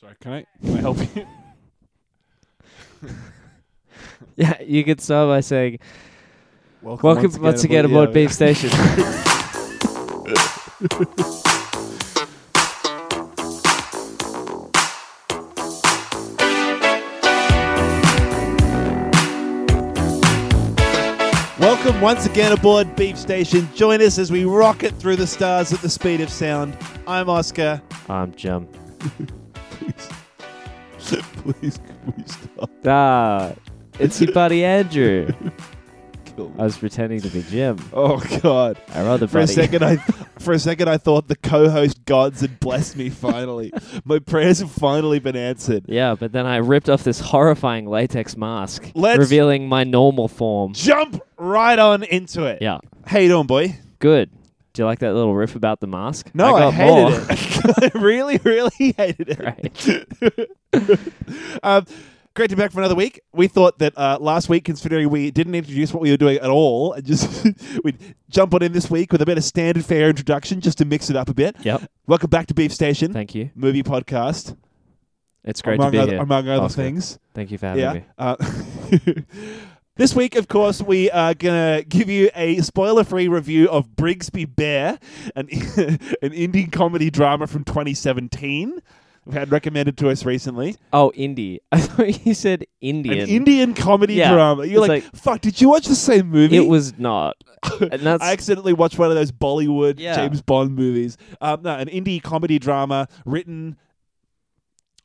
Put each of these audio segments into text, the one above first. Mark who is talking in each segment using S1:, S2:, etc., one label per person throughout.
S1: Sorry, can I can I help you?
S2: Yeah, you could start by saying,
S1: Welcome,
S2: "Welcome once again, aboard Beef Station."
S3: Welcome once again aboard Beef Station. Join us as we rocket through the stars at the speed of sound. I'm Oscar.
S2: I'm Jim.
S3: please, please, please stop.
S2: Ah, it's your buddy Andrew.
S3: Kill
S2: I was pretending to be Jim.
S3: Oh God!
S2: Our other
S3: For a
S2: buddy.
S3: second, I for a second I thought the co-host gods had blessed me. Finally, my prayers have finally been answered.
S2: Yeah, but then I ripped off this horrifying latex mask,
S3: Let's-
S2: revealing my normal form.
S3: Jump right on into it.
S2: Yeah,
S3: How you doing, boy?
S2: good. Do you like that little riff about the mask?
S3: No, I,
S2: got more.
S3: hated it. I really, really hated it. um, great to be back for another week. We thought that uh, last week, considering we didn't introduce what we were doing at all, and just we'd jump on in this week with a bit of standard fair introduction just to mix it up a bit.
S2: Yep.
S3: Welcome back to Beef Station,
S2: Thank you.
S3: movie podcast,
S2: It's great
S3: among,
S2: to be
S3: other,
S2: here.
S3: among other
S2: Oscar.
S3: things.
S2: Thank you for having
S3: yeah.
S2: me.
S3: Uh, This week, of course, we are going to give you a spoiler free review of Brigsby Bear, an, an Indian comedy drama from 2017. We've had recommended to us recently.
S2: Oh, indie. I thought you said Indian.
S3: An Indian comedy
S2: Yeah,
S3: drama. You're
S2: it's
S3: like, fuck, did you watch the same movie?
S2: It was not. And that's
S3: I accidentally watched one of those Bollywood
S2: Yeah.
S3: James Bond movies. Um, no, an indie comedy drama written.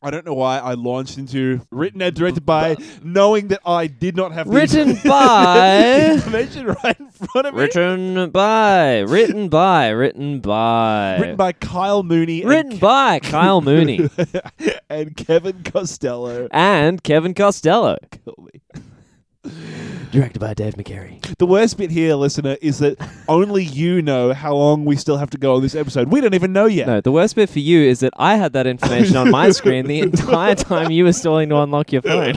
S3: I don't know why I launched into written and directed by, knowing that I did not have the
S2: written by.
S3: information right in front of me.
S2: Written by, written by, written by,
S3: Written by Kyle Mooney.
S2: Written by Kyle Mooney
S3: and, and Kevin Costello.
S2: and Kevin Costello,
S3: Kill me.
S2: directed by Dave McCary.
S3: The worst bit here, listener, is that only you know how long we still have to go on this episode. We don't even know yet.
S2: No, the worst bit for you is that I had that information on my screen the entire time you were stalling to unlock your phone.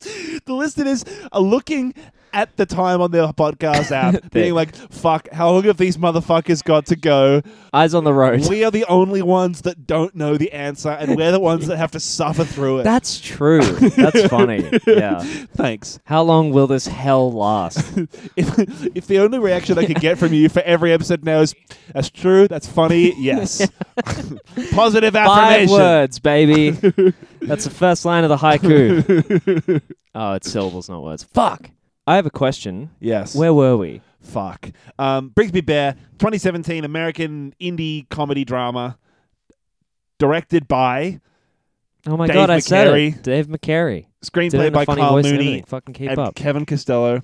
S3: The listeners are looking at the time on their podcast app, being like, fuck, how long have these motherfuckers got to go?
S2: Eyes on the road.
S3: We are the only ones that don't know the answer, and we're the ones that have to suffer through it.
S2: That's true. That's funny. Yeah.
S3: Thanks.
S2: How long will this hell last?
S3: If, if the only reaction I could get from you for every episode now is, that's true, that's funny, yes. Positive
S2: Five
S3: affirmation.
S2: words, baby. That's the first line of the haiku. oh, it's syllables, not words. Fuck. I have a question.
S3: Yes.
S2: Where were we?
S3: Fuck. Um, Brigsby Bear, 2017 American indie comedy drama, directed by,
S2: Oh my
S3: Dave
S2: god, I said
S3: McCary.
S2: it. Dave McCary. Did it
S3: screenplay
S2: in a
S3: by
S2: funny
S3: Carl
S2: voice and
S3: Mooney
S2: everything. Fucking keep
S3: and
S2: up.
S3: Kevin Costello,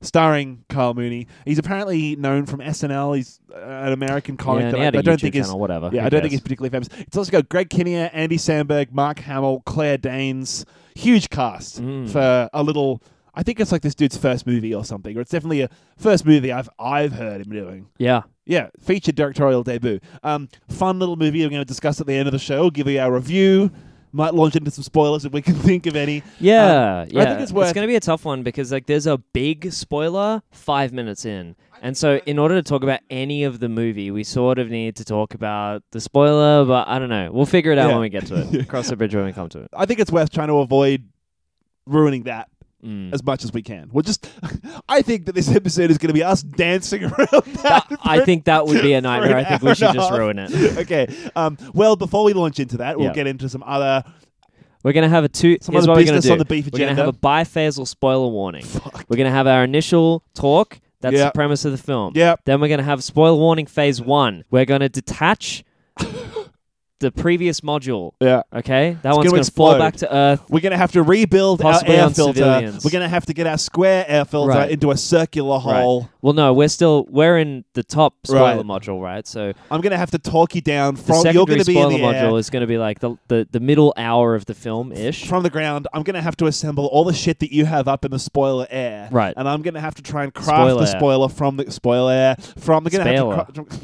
S3: starring Carl Mooney. He's apparently known from SNL. He's uh, an American comic
S2: yeah, and
S3: that
S2: he
S3: I,
S2: had a
S3: I don't
S2: YouTube
S3: think is.
S2: channel, whatever.
S3: Yeah,
S2: Who
S3: I don't think
S2: cares?
S3: he's particularly famous. It's also got Greg Kinnear, Andy Sandberg, Mark Hamill, Claire Danes. Huge cast
S2: Mm.
S3: for a little. I think it's like this dude's first movie or something, or it's definitely a first movie I've I've heard him doing.
S2: Yeah.
S3: Yeah, feature directorial debut. Um, fun little movie we're going to discuss at the end of the show. We'll give you our review. Might launch into some spoilers if we can think of any. Um,
S2: Yeah, yeah.
S3: I think it's worth-
S2: going to be a tough one because like there's a big spoiler five minutes in, and so in order to talk about any of the movie, we sort of need to talk about the spoiler. But I don't know. We'll figure it out
S3: Yeah.
S2: when we get to it. Cross the bridge when we come to it.
S3: I think it's worth trying to avoid ruining that
S2: Mm.
S3: as much as we can. We'll just. I think that this episode is going to be us dancing around that.
S2: That- I
S3: for-
S2: think that would be a
S3: for an
S2: nightmare. I think we
S3: hour
S2: should
S3: and a
S2: just
S3: half.
S2: ruin it.
S3: okay. Um, well, before we launch into that, we'll
S2: Yeah.
S3: get into some other.
S2: We're gonna have a two.
S3: Some
S2: here's
S3: other
S2: what we're gonna
S3: business
S2: do.
S3: on the beef
S2: we're gonna have a
S3: agenda.
S2: biphasal spoiler warning.
S3: Fuck.
S2: We're gonna have our initial talk. That's
S3: Yeah.
S2: the premise of the film.
S3: Yep.
S2: Then we're gonna have spoiler warning phase one. We're gonna detach the previous module.
S3: Yeah.
S2: Okay, that one's
S3: gonna
S2: gonna fall
S3: explode.
S2: back to earth.
S3: We're going to have to rebuild
S2: Possibly
S3: our air
S2: on
S3: filter.
S2: civilians.
S3: We're going to have to get our square air filter
S2: Right.
S3: into a circular hole.
S2: Well, no, we're still we're in the top spoiler
S3: Right.
S2: module, right? So
S3: I'm gonna have to talk you down
S2: the
S3: from. You're
S2: secondary
S3: gonna be in the
S2: spoiler module
S3: air,
S2: is gonna be like the the, the middle hour of the film ish.
S3: from the ground. I'm gonna have to assemble all the shit that you have up in the spoiler air,
S2: Right.
S3: And I'm gonna have to try and craft
S2: Spoiler
S3: the
S2: air.
S3: spoiler from the spoiler air from. I'm gonna have to. Cra-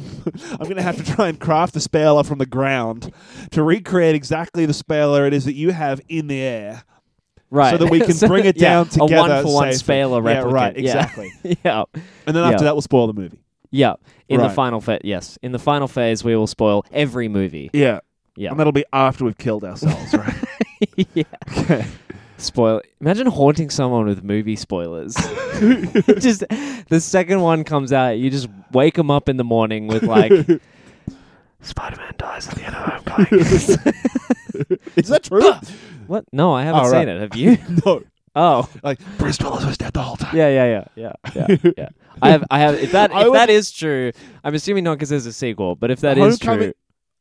S3: I'm gonna have to try and craft the spoiler from the ground to recreate exactly the spoiler it is that you have in the air,
S2: Right.
S3: so that we can
S2: So-
S3: bring it
S2: yeah,
S3: down together.
S2: A one for one
S3: safely.
S2: spoiler
S3: yeah,
S2: replicant.
S3: right,
S2: Yeah.
S3: exactly.
S2: yeah.
S3: And then
S2: Yeah.
S3: after that, we'll spoil the movie.
S2: Yeah, in the
S3: Right.
S2: final phase. Yes, in the final phase, we will spoil every movie.
S3: Yeah.
S2: Yeah.
S3: And that'll be after we've killed ourselves, right?
S2: yeah.
S3: okay.
S2: Spoil. Imagine haunting someone with movie spoilers. just the second one comes out, you just wake them up in the morning with like Spider-Man dies at the end of Homecoming.
S3: Is that true?
S2: what? No, I haven't
S3: Oh,
S2: seen
S3: right.
S2: it. Have you?
S3: no.
S2: Oh,
S3: Like Bruce Willis was dead the whole time.
S2: yeah, yeah, yeah, yeah, yeah. yeah. I have, I have. If that, if
S3: I would-
S2: that is true, I'm assuming not because there's a sequel. But if that is
S3: Homecoming-
S2: true,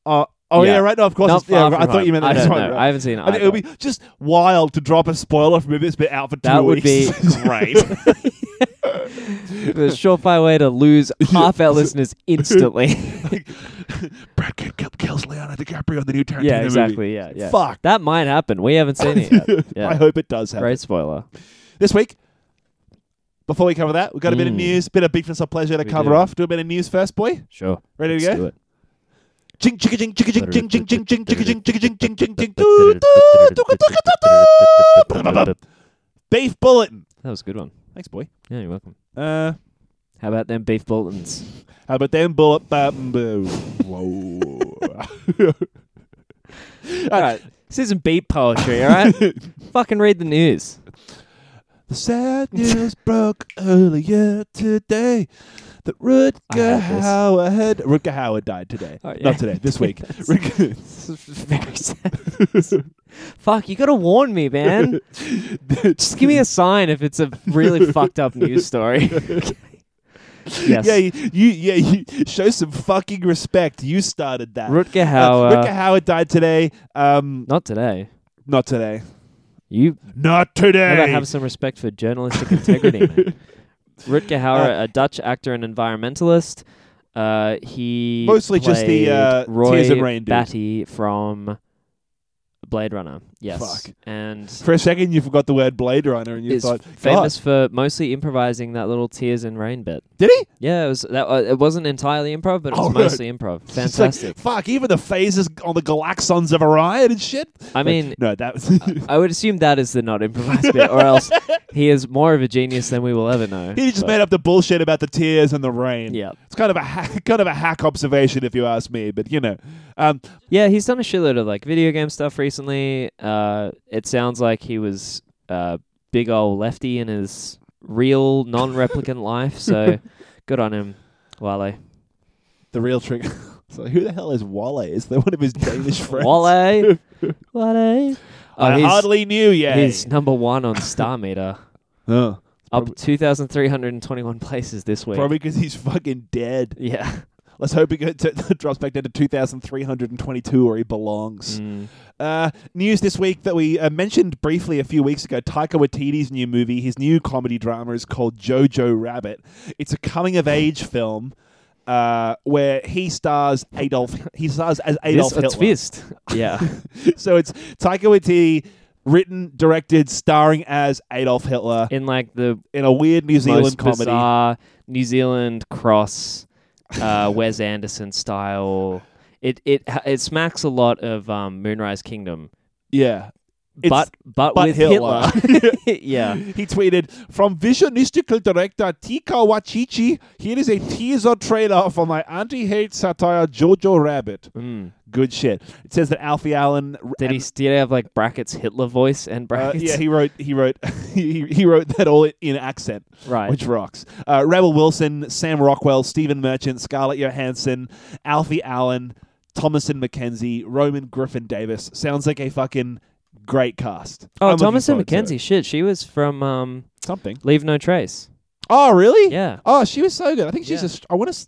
S3: Uh, oh yeah.
S2: Yeah.
S3: right. No, of course.
S2: Not
S3: it's- yeah,
S2: far
S3: I
S2: from
S3: thought you
S2: home.
S3: meant
S2: I
S3: that.
S2: don't
S3: Right,
S2: know.
S3: right.
S2: I haven't seen it.
S3: I mean, it
S2: either.
S3: would be just wild to drop a spoiler from a movie that's been out for two
S2: That would be
S3: weeks.
S2: great. a surefire way to lose half our listeners instantly.
S3: Brad Pitt kill- kills Leonardo DiCaprio in the new Tarantino
S2: yeah,
S3: movie.
S2: exactly. Yeah, yeah.
S3: Fuck.
S2: That might happen. We haven't seen it yet.
S3: I
S2: Yeah.
S3: hope it does happen.
S2: Great spoiler.
S3: This week, before we cover that, we've got a bit of
S2: Mm.
S3: news, bit of big for pleasure to
S2: We
S3: cover
S2: do.
S3: off. Do a bit of news first, boy.
S2: Sure.
S3: Ready to
S2: Let's
S3: go?
S2: do it.
S3: Jing chicka jing chicka jing jing jing jing jing chicka jing chicka jing jing jing jing doo doo doo doo doo doo doo.
S2: That
S3: Beef bulletin.
S2: was a good one.
S3: Thanks, boy.
S2: Yeah, you're welcome.
S3: Uh,
S2: How about them beef bulletins?
S3: how about them bullet? bam, boo. Whoa.
S2: All right. This isn't beat poetry, all right? Fucking read the news.
S3: The sad news broke earlier today that Rutger
S2: I had this.
S3: Hauer had Rutger Hauer died today.
S2: Oh, yeah.
S3: Not today, this week.
S2: That's-
S3: Rutger-
S2: This is very sad. Fuck, you gotta warn me, man. Just give me a sign if it's a really fucked up news story. yes.
S3: Yeah, you, you yeah, you show some fucking respect. You started that.
S2: Rutger
S3: Uh,
S2: Hauer.
S3: Rutger Hauer died today. Um,
S2: Not today.
S3: not today.
S2: You
S3: Not
S2: gotta
S3: today.
S2: have some respect for journalistic integrity, man. Rutger
S3: Uh,
S2: Hauer, a Dutch actor and environmentalist. Uh, he
S3: Mostly just the,
S2: played
S3: uh,
S2: Roy
S3: Tears and Rain dude.
S2: Batty from Blade Runner. Yes,
S3: Fuck.
S2: and
S3: for a second, you forgot the word Blade Runner, and you
S2: is
S3: thought,
S2: famous for mostly improvising that little Tears and Rain bit.
S3: God, did he?
S2: Yeah, it was that. Uh, it wasn't entirely improv, but it was
S3: Oh, right.
S2: mostly improv.
S3: It's like,
S2: Fantastic.
S3: fuck, even the phases on the Galaxons of Orion and shit.
S2: I mean, uh,
S3: no, that was.
S2: I would assume that is the not improvised bit, or else he is more of a genius than we will ever know.
S3: He just
S2: But-
S3: made up the bullshit about the tears and the rain.
S2: Yeah.
S3: It's kind of a hack, kind of a hack observation, if you ask me. But you know, um,
S2: Yeah, he's done a shitload of like video game stuff recently. Uh, it sounds like he was uh, big old lefty in his real non-replicant life. So good on him, Wale.
S3: the real trick. so who the hell is Wale? Is that one of his Danish friends?
S2: Wale, Wale. Oh,
S3: I
S2: he's,
S3: hardly knew you.
S2: he's number one on Star Meter,
S3: Oh,
S2: up two thousand three hundred and twenty-one places this week.
S3: probably because he's fucking dead.
S2: Yeah.
S3: Let's hope he gets, drops back down to two thousand three hundred and twenty-two where he belongs.
S2: Mm.
S3: Uh, news this week that we uh, mentioned briefly a few weeks ago Taika Waititi's new movie, his new comedy drama, is called Jojo Rabbit. It's a coming of age film uh, where he stars Adolf. He stars as Adolf
S2: This a
S3: Hitler.
S2: twist. Yeah.
S3: So it's Taika Waititi, written, directed, starring as Adolf Hitler
S2: In like the
S3: in a weird New Zealand
S2: most
S3: comedy.
S2: bizarre New Zealand cross, uh, Wes Anderson style. It it it smacks a lot of um, Moonrise Kingdom,
S3: Yeah. It's-
S2: but but,
S3: but
S2: with
S3: Hitler.
S2: Hitler. yeah,
S3: He tweeted, from visionistical director Tika Wachichi, here is a teaser trailer for my anti-hate satire Jojo Rabbit.
S2: mm.
S3: Good shit. It says that Alfie Allen.
S2: did he
S3: and,
S2: did he have like brackets Hitler voice and
S3: uh,
S2: brackets?
S3: yeah, he wrote. He wrote. he, he wrote that all in accent,
S2: right.
S3: which rocks. Uh, Rebel Wilson, Sam Rockwell, Stephen Merchant, Scarlett Johansson, Alfie Allen, Thomason McKenzie, Roman Griffin Davis. Sounds like a fucking great cast. I'm
S2: oh,
S3: looking
S2: Thomas and
S3: forward to it.
S2: Mackenzie. Shit, she was from um,
S3: Something.
S2: Leave No Trace.
S3: Oh, really?
S2: Yeah,
S3: Oh, she was so good. I think she's.
S2: Yeah.
S3: Aust- I want to.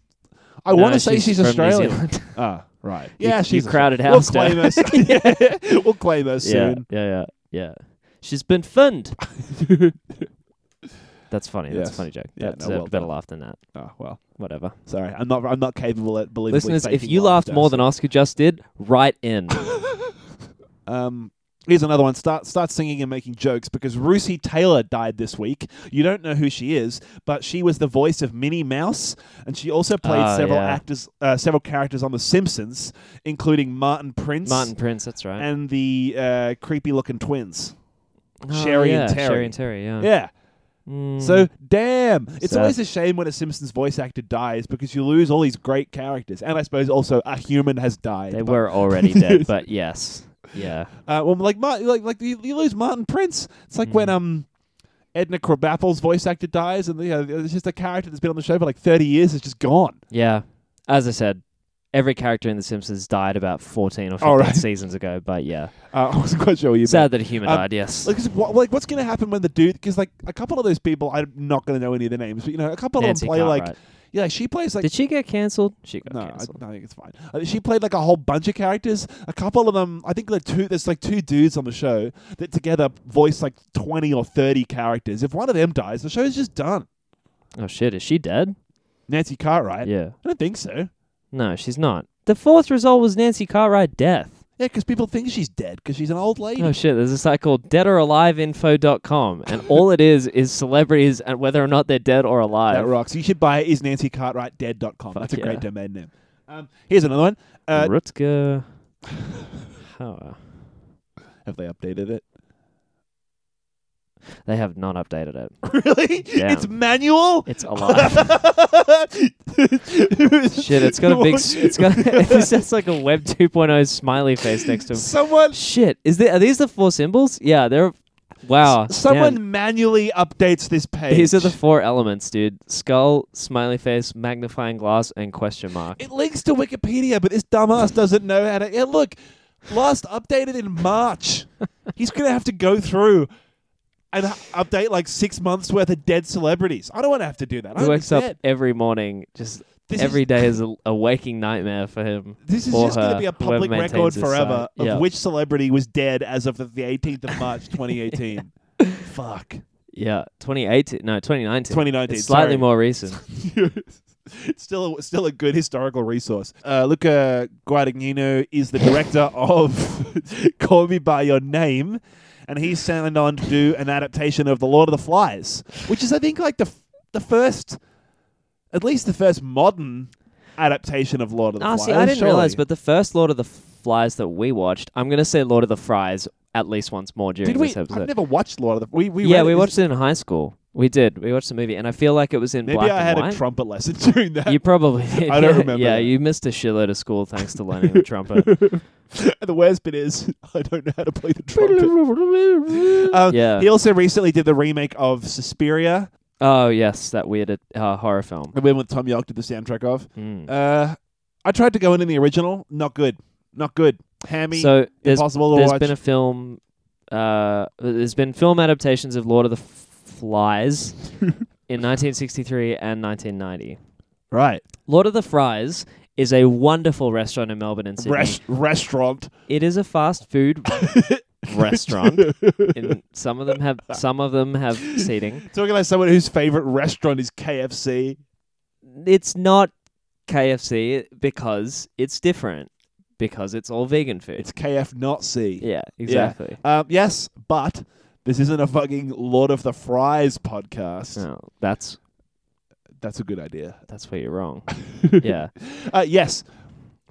S3: I
S2: No,
S3: want to say she's,
S2: from New
S3: Australian.
S2: Zealand.
S3: Ah, right.
S2: You-
S3: Yeah,
S2: you
S3: she's
S2: crowded
S3: Australian.
S2: house down.
S3: We'll claim her. soon. we'll claim her
S2: yeah,
S3: soon.
S2: yeah, yeah, yeah. She's been funned. That's funny. That's a
S3: Yes.
S2: funny joke.
S3: Yeah,
S2: That's
S3: no,
S2: a
S3: well
S2: better
S3: done.
S2: laugh than that.
S3: Oh well,
S2: Whatever.
S3: sorry. I'm not. I'm not capable at believing.
S2: Listeners, if you laughed more than Oscar just did, write in.
S3: um. Here's another one. Start start singing and making jokes because Rusi Taylor died this week. You don't know who she is, but she was the voice of Minnie Mouse, and she also played
S2: Oh,
S3: several
S2: yeah.
S3: actors, uh, several characters on The Simpsons, including Martin Prince
S2: Martin Prince, that's right.
S3: and the uh, creepy looking twins.
S2: Oh,
S3: Sherry
S2: yeah,
S3: and Terry.
S2: Sherry and Terry, yeah.
S3: Yeah.
S2: Mm,
S3: So damn, it's
S2: Sad.
S3: always a shame when a Simpsons voice actor dies because you lose all these great characters, and I suppose also a human has died.
S2: they
S3: but-
S2: were already dead, but yes, yeah.
S3: Uh, well, like Martin, like like you, you lose Martin Prince. It's
S2: Hmm.
S3: like when um Edna Krabappel's voice actor dies, and you know, it's just a character that's been on the show for like thirty years is just gone.
S2: Yeah. As I said, every character in The Simpsons died about 14 or 15
S3: All right.
S2: seasons ago, but yeah.
S3: Uh, I wasn't quite sure what you. meant.
S2: Sad that a human
S3: Um,
S2: died, yes.
S3: Like, 'cause what, like, what's going to happen when the dude? Because like a couple of those people, I'm not going to know any of their names, but you know, a couple
S2: Nancy
S3: of them play like,
S2: Cartwright.
S3: yeah, she plays like
S2: Did she get cancelled? She got
S3: No, I,
S2: cancelled.
S3: I think it's fine. Uh, she played like a whole bunch of characters. A couple of them, I think the two. There's like two dudes on the show that together voice like twenty or thirty characters. If one of them dies, the show's just done.
S2: Oh shit, is she dead?
S3: Nancy Cartwright.
S2: Yeah.
S3: I don't think so.
S2: No, she's not. The fourth result was Nancy Cartwright death.
S3: Yeah, because people think she's dead because she's an old lady.
S2: Oh shit, there's a site called deadoraliveinfo.com and all it is is celebrities and whether or not they're dead or
S3: that
S2: alive.
S3: rocks. You should buy it. Is Nancy Cartwright dead.com.
S2: Fuck
S3: That's a great
S2: yeah.
S3: domain name. Um, here's another one. Uh,
S2: Rutger Oh, uh, Hauer.
S3: have they updated it?
S2: They have not updated it.
S3: really?
S2: Damn.
S3: It's manual.
S2: It's alive. Shit,
S3: Shit,
S2: it's got a big. s- It's got. This has like a Web 2.0 smiley face next to him.
S3: Someone
S2: Shit, is there? Are these the four symbols? Yeah, they're. Wow.
S3: Someone
S2: damn.
S3: manually updates this page.
S2: Oh, These are the four elements, dude: skull, smiley face, magnifying glass, and question mark.
S3: it links to Wikipedia, but this dumbass doesn't know how to. Yeah, look, last updated in March. He's gonna have to go through and h- update like six months worth of dead celebrities. I don't want to have to do that.
S2: He
S3: I'm
S2: wakes up
S3: dead.
S2: every morning. Just
S3: This
S2: every
S3: is-
S2: day is a, a waking nightmare for him.
S3: This is
S2: or
S3: just going
S2: her,
S3: to be a
S2: whoever
S3: public
S2: maintains
S3: record
S2: this
S3: forever
S2: site. Yeah.
S3: of which celebrity was dead as of the 18th of March 2018. Fuck.
S2: Yeah, 2018. No, 2019.
S3: 2019,
S2: It's slightly
S3: sorry.
S2: more recent.
S3: It's still a, still a good historical resource. Uh, Luca Guadagnino is the director of Call Me by Your Name, and he signed on to do an adaptation of The Lord of the Flies, which is I think like the f- the first, at least the first modern adaptation of Lord of the
S2: Ah,
S3: Flies.
S2: see, I didn't
S3: surely.
S2: realize, but the first Lord of the Flies that we watched, I'm gonna say Lord of the Fries at least once more during
S3: did we?
S2: this episode.
S3: I've never watched Lord of the. We, we
S2: yeah,
S3: read
S2: we
S3: it-
S2: watched it in high school. We did. We watched the movie, and I feel like it was in
S3: Maybe
S2: black
S3: I had
S2: and
S3: a
S2: white.
S3: trumpet lesson during that.
S2: you probably did.
S3: I don't
S2: yeah,
S3: remember
S2: Yeah,
S3: that.
S2: you missed a shitload of school thanks to learning the trumpet.
S3: the worst bit is I don't know how to play the trumpet. Um,
S2: Yeah.
S3: He also recently did the remake of Suspiria,
S2: oh yes, that weird uh, horror film.
S3: the one with Tom York did the soundtrack of.
S2: Mm.
S3: Uh, I tried to go in in the original. Not good. Not good. Hammy.
S2: so there's
S3: impossible to
S2: there's
S3: watch.
S2: been a film. Uh, there's been film adaptations of Lord of the F- Flies in 1963 and 1990.
S3: right.
S2: Lord of the Fries is a wonderful restaurant in Melbourne and Sydney.
S3: Res- restaurant.
S2: it is a fast food restaurant. And some of them have some of them have seating.
S3: Talking about someone whose favorite restaurant is KFC.
S2: It's not KFC because it's different because it's all vegan food.
S3: It's KF not C.
S2: yeah, exactly.
S3: Um, yes, but this isn't a fucking Lord of the Fries podcast.
S2: No, that's
S3: That's a good idea.
S2: that's where you're wrong. yeah.
S3: Uh, yes.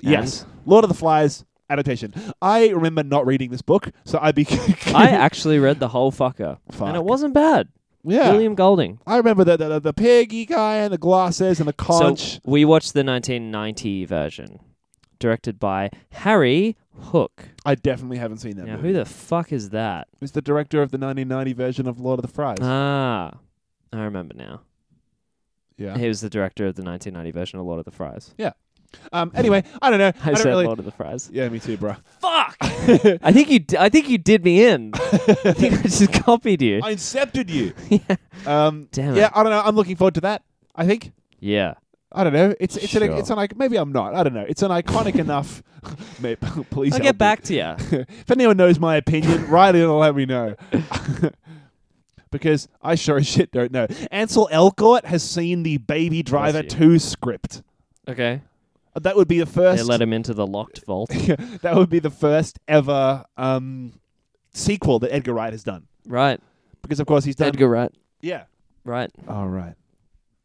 S3: Yes. Lord of the Flies adaptation. I remember not reading this book, so I became.
S2: I actually read the whole fucker.
S3: Fuck.
S2: And it wasn't bad.
S3: yeah.
S2: William Golding.
S3: I remember the, the, the, the piggy guy and the glasses and the conch.
S2: So we watched the 1990 version directed by Harry Hook.
S3: I definitely haven't seen that
S2: Now,
S3: movie.
S2: who the fuck is that?
S3: It's the director of the 1990 version of Lord of the Fries.
S2: Ah, I remember now.
S3: yeah.
S2: He was the director of the 1990 version of Lord of the Fries.
S3: Um. Anyway, I don't know. I,
S2: I,
S3: don't
S2: said
S3: really.
S2: Lord of the Fries.
S3: Yeah, me too, bro.
S2: Fuck! I think you. D- I think you did me in. I think I just copied you.
S3: I incepted you.
S2: Yeah.
S3: Um.
S2: Damn
S3: yeah.
S2: it.
S3: I don't know. I'm looking forward to that. I think.
S2: Yeah.
S3: I don't know. It's it's an
S2: Sure.
S3: it's an like maybe I'm not. I don't know. It's an iconic enough. Mate, please.
S2: I'll
S3: help
S2: get
S3: me.
S2: back to you.
S3: if anyone knows my opinion, write in and let me know. because I sure as shit don't know. Ansel Elgort has seen the Baby Driver
S2: you.
S3: 2 script. Uh,
S2: Okay.
S3: That would be the
S2: They
S3: first
S2: let him into the locked vault.
S3: that would be the first ever um, sequel that Edgar Wright has done.
S2: Right.
S3: Because of course he's done
S2: Edgar Wright.
S3: Yeah.
S2: Right.
S3: All right.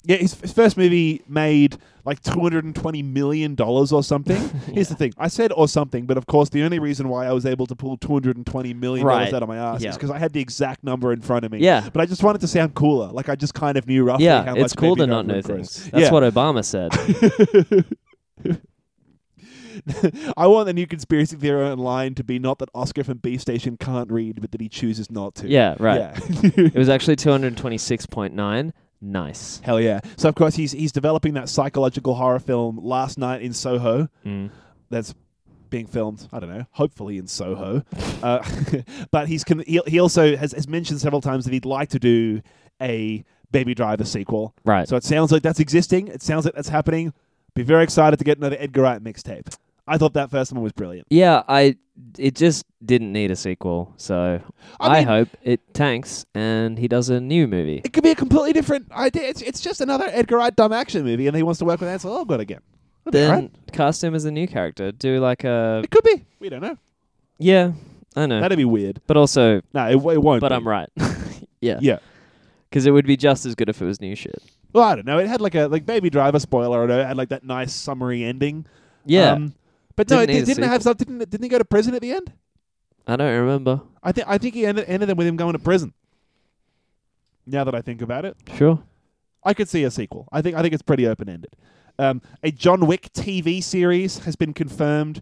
S3: Yeah, his f- first movie made like two hundred and twenty million dollars or something. Here's the thing: I said or something, but of course, the only reason why I was able to pull two hundred and twenty million dollars
S2: Right.
S3: out of my ass
S2: Yeah.
S3: is because I had the exact number in front of me.
S2: Yeah.
S3: but I just wanted to sound cooler. Like I just kind of knew roughly.
S2: yeah,
S3: how
S2: it's
S3: much
S2: cool
S3: Baby
S2: to not
S3: Driver
S2: know
S3: would gross.
S2: things. That's
S3: yeah.
S2: what Obama said.
S3: I want the new conspiracy theory online to be not that Oscar from Beef Station can't read, but that he chooses not to.
S2: yeah, right.
S3: Yeah.
S2: It was actually 226.9. Nice.
S3: Hell yeah! So of course he's he's developing that psychological horror film last night in Soho.
S2: Mm.
S3: that's being filmed. I don't know, hopefully in Soho. uh, but he's con- he, he also has, has mentioned several times that he'd like to do a Baby Driver sequel.
S2: Right.
S3: So it sounds like that's existing. It sounds like that's happening. Be very excited to get another Edgar Wright mixtape. I thought that first one was brilliant.
S2: yeah, I it just didn't need a sequel, so
S3: I
S2: I,
S3: mean-
S2: hope it tanks and he does a new movie.
S3: It could be a completely different idea. It's, it's just another Edgar Wright dumb action movie, and he wants to work with oh, Ansel Elgort again. That'd be
S2: Then
S3: alright.
S2: cast him as a new character. Do like a
S3: It could be. We don't know.
S2: yeah, I know,
S3: That'd be weird.
S2: but also,
S3: No, it, it won't.
S2: but
S3: be.
S2: I'm right. yeah,
S3: Yeah.
S2: because it would be just as good if it was new shit.
S3: Well, I don't know. It had like a like Baby Driver spoiler. I know. It had like that nice summary ending.
S2: Yeah,
S3: Um, but no,
S2: Didn't
S3: it,
S2: need
S3: it
S2: a
S3: didn't
S2: sequel.
S3: have something. Didn't, didn't he go to prison at the end?
S2: I don't remember.
S3: I think I think he ended ended them with him going to prison. Now that I think about it,
S2: Sure.
S3: I could see a sequel. I think I think it's pretty open ended. Um, a John Wick TV series has been confirmed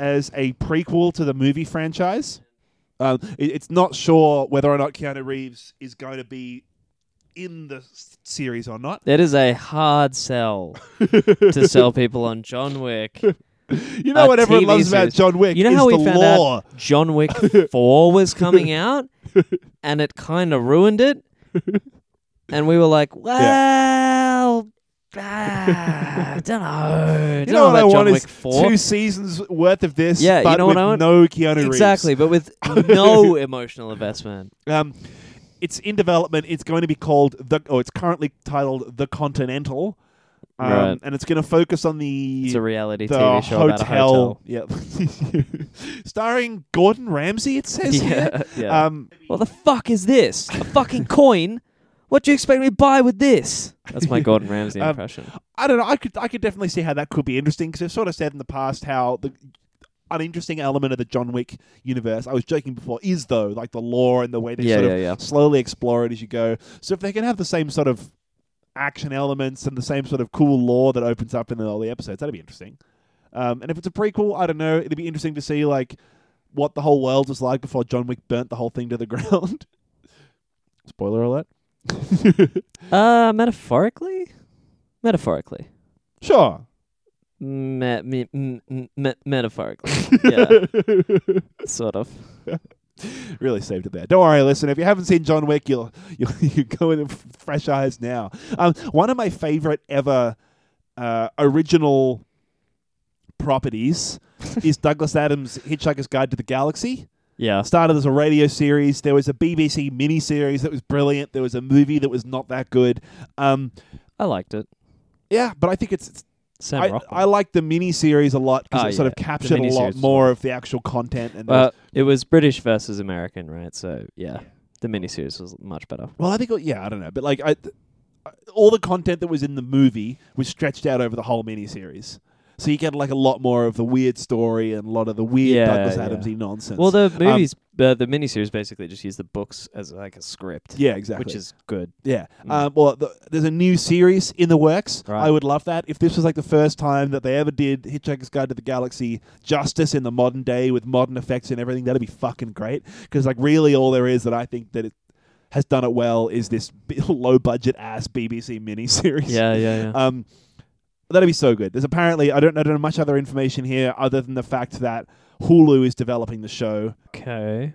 S3: as a prequel to the movie franchise. Um, it- it's not sure whether or not Keanu Reeves is going to be in the s- series or not.
S2: That is a hard sell to sell people on John Wick.
S3: You know
S2: A
S3: what everyone
S2: TV
S3: loves about
S2: Uh, series.
S3: John Wick?
S2: You know
S3: is
S2: how we
S3: the
S2: found
S3: lore.
S2: out John Wick 4 was coming out and it kind of ruined it? And we were like, well, ah, I don't know.
S3: You know what I
S2: John
S3: want
S2: Wick
S3: is
S2: 4.
S3: two seasons worth of this.
S2: Yeah, you
S3: but
S2: know
S3: with
S2: what I want?
S3: No Keanu Reeves.
S2: exactly, but with no emotional investment.
S3: Um, it's in development. It's going to be called the. Oh, it's currently titled The Continental. Um,
S2: Right.
S3: And it's going to focus on the
S2: It's a reality
S3: the
S2: TV show about a hotel.
S3: Yeah. Starring Gordon Ramsay. It says
S2: Yeah,
S3: here.
S2: yeah.
S3: Um,
S2: What the fuck is this? A fucking coin? What do you expect me to buy with this? That's my Gordon Ramsay
S3: Um,
S2: impression.
S3: I don't know. I could I could definitely see how that could be interesting because I've sort of said in the past how the an interesting element of the John Wick universe. I was joking before is though like the lore and the way they
S2: Yeah,
S3: sort of
S2: yeah, yeah.
S3: slowly explore it as you go. So if they can have the same sort of action elements and the same sort of cool lore that opens up in the early episodes, that'd be interesting. Um, and if it's a prequel, I don't know. It'd be interesting to see like what the whole world was like before John Wick burnt the whole thing to the ground. Spoiler alert.
S2: Uh, metaphorically? Metaphorically.
S3: Sure.
S2: Me- me- m- m- me- metaphorically. yeah, sort of.
S3: really saved it there. Don't worry, listen. If you haven't seen John Wick, you'll you'll you go in with f- fresh eyes now. Um, one of my favorite ever uh, original properties is Douglas Adams' Hitchhiker's Guide to the Galaxy.
S2: Yeah.
S3: Started as a radio series. There was a BBC miniseries that was brilliant. There was a movie that was not that good. Um,
S2: I liked it.
S3: yeah, but I think it's, it's
S2: Sam
S3: I,
S2: Rockwell.
S3: I like the miniseries a lot because
S2: Ah,
S3: it sort
S2: yeah.
S3: of
S2: The
S3: captured a
S2: miniseries
S3: lot
S2: as
S3: more of the actual content. And there was-
S2: well, Uh, it was British versus American, right? So, yeah. The miniseries was much better.
S3: Well, I think oh, yeah, I don't know, but like I, th- uh, all the content that was in the movie was stretched out over the whole miniseries, so you get like a lot more of the weird story and a lot of the weird
S2: Yeah,
S3: Douglas
S2: yeah.
S3: Adamsy nonsense.
S2: Well, the movies, uh, the miniseries basically just used the books as like a script.
S3: yeah, exactly.
S2: Which is good.
S3: yeah.
S2: Mm.
S3: Um, well, the, there's a new series in the works.
S2: Right.
S3: I would love that if this was like the first time that they ever did Hitchhiker's Guide to the Galaxy justice in the modern day with modern effects and everything. That'd be fucking great because like really all there is that I think that it has done it well is this b- low budget ass BBC miniseries.
S2: Yeah, yeah, yeah.
S3: Um, that'd be so good. There's apparently I don't I don't know much other information here other than the fact that Hulu is developing the show.
S2: okay.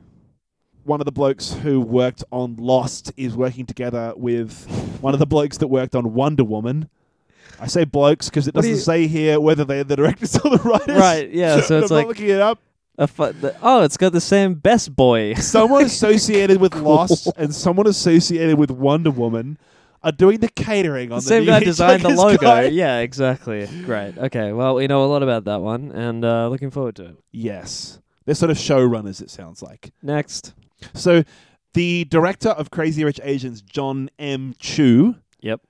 S3: One of the blokes who worked on Lost is working together with one of the blokes that worked on Wonder Woman. I say blokes because it
S2: What do
S3: doesn't
S2: you-
S3: say here whether they're the directors or the writers.
S2: Right, yeah, so it's
S3: I'm
S2: like-
S3: not looking it up.
S2: A fu- the, oh, it's got the same best boy.
S3: Someone associated with Lost and someone associated with Wonder Woman are doing the catering on
S2: the
S3: the new
S2: same guy designed the
S3: Hitchhiker's
S2: logo.
S3: Guide.
S2: Yeah, exactly. Great. Okay. Well, we know a lot about that one, and uh, looking forward to it.
S3: Yes, they're sort of showrunners. It sounds like.
S2: Next.
S3: So the director of Crazy Rich Asians, John M. Chu,
S2: Yep.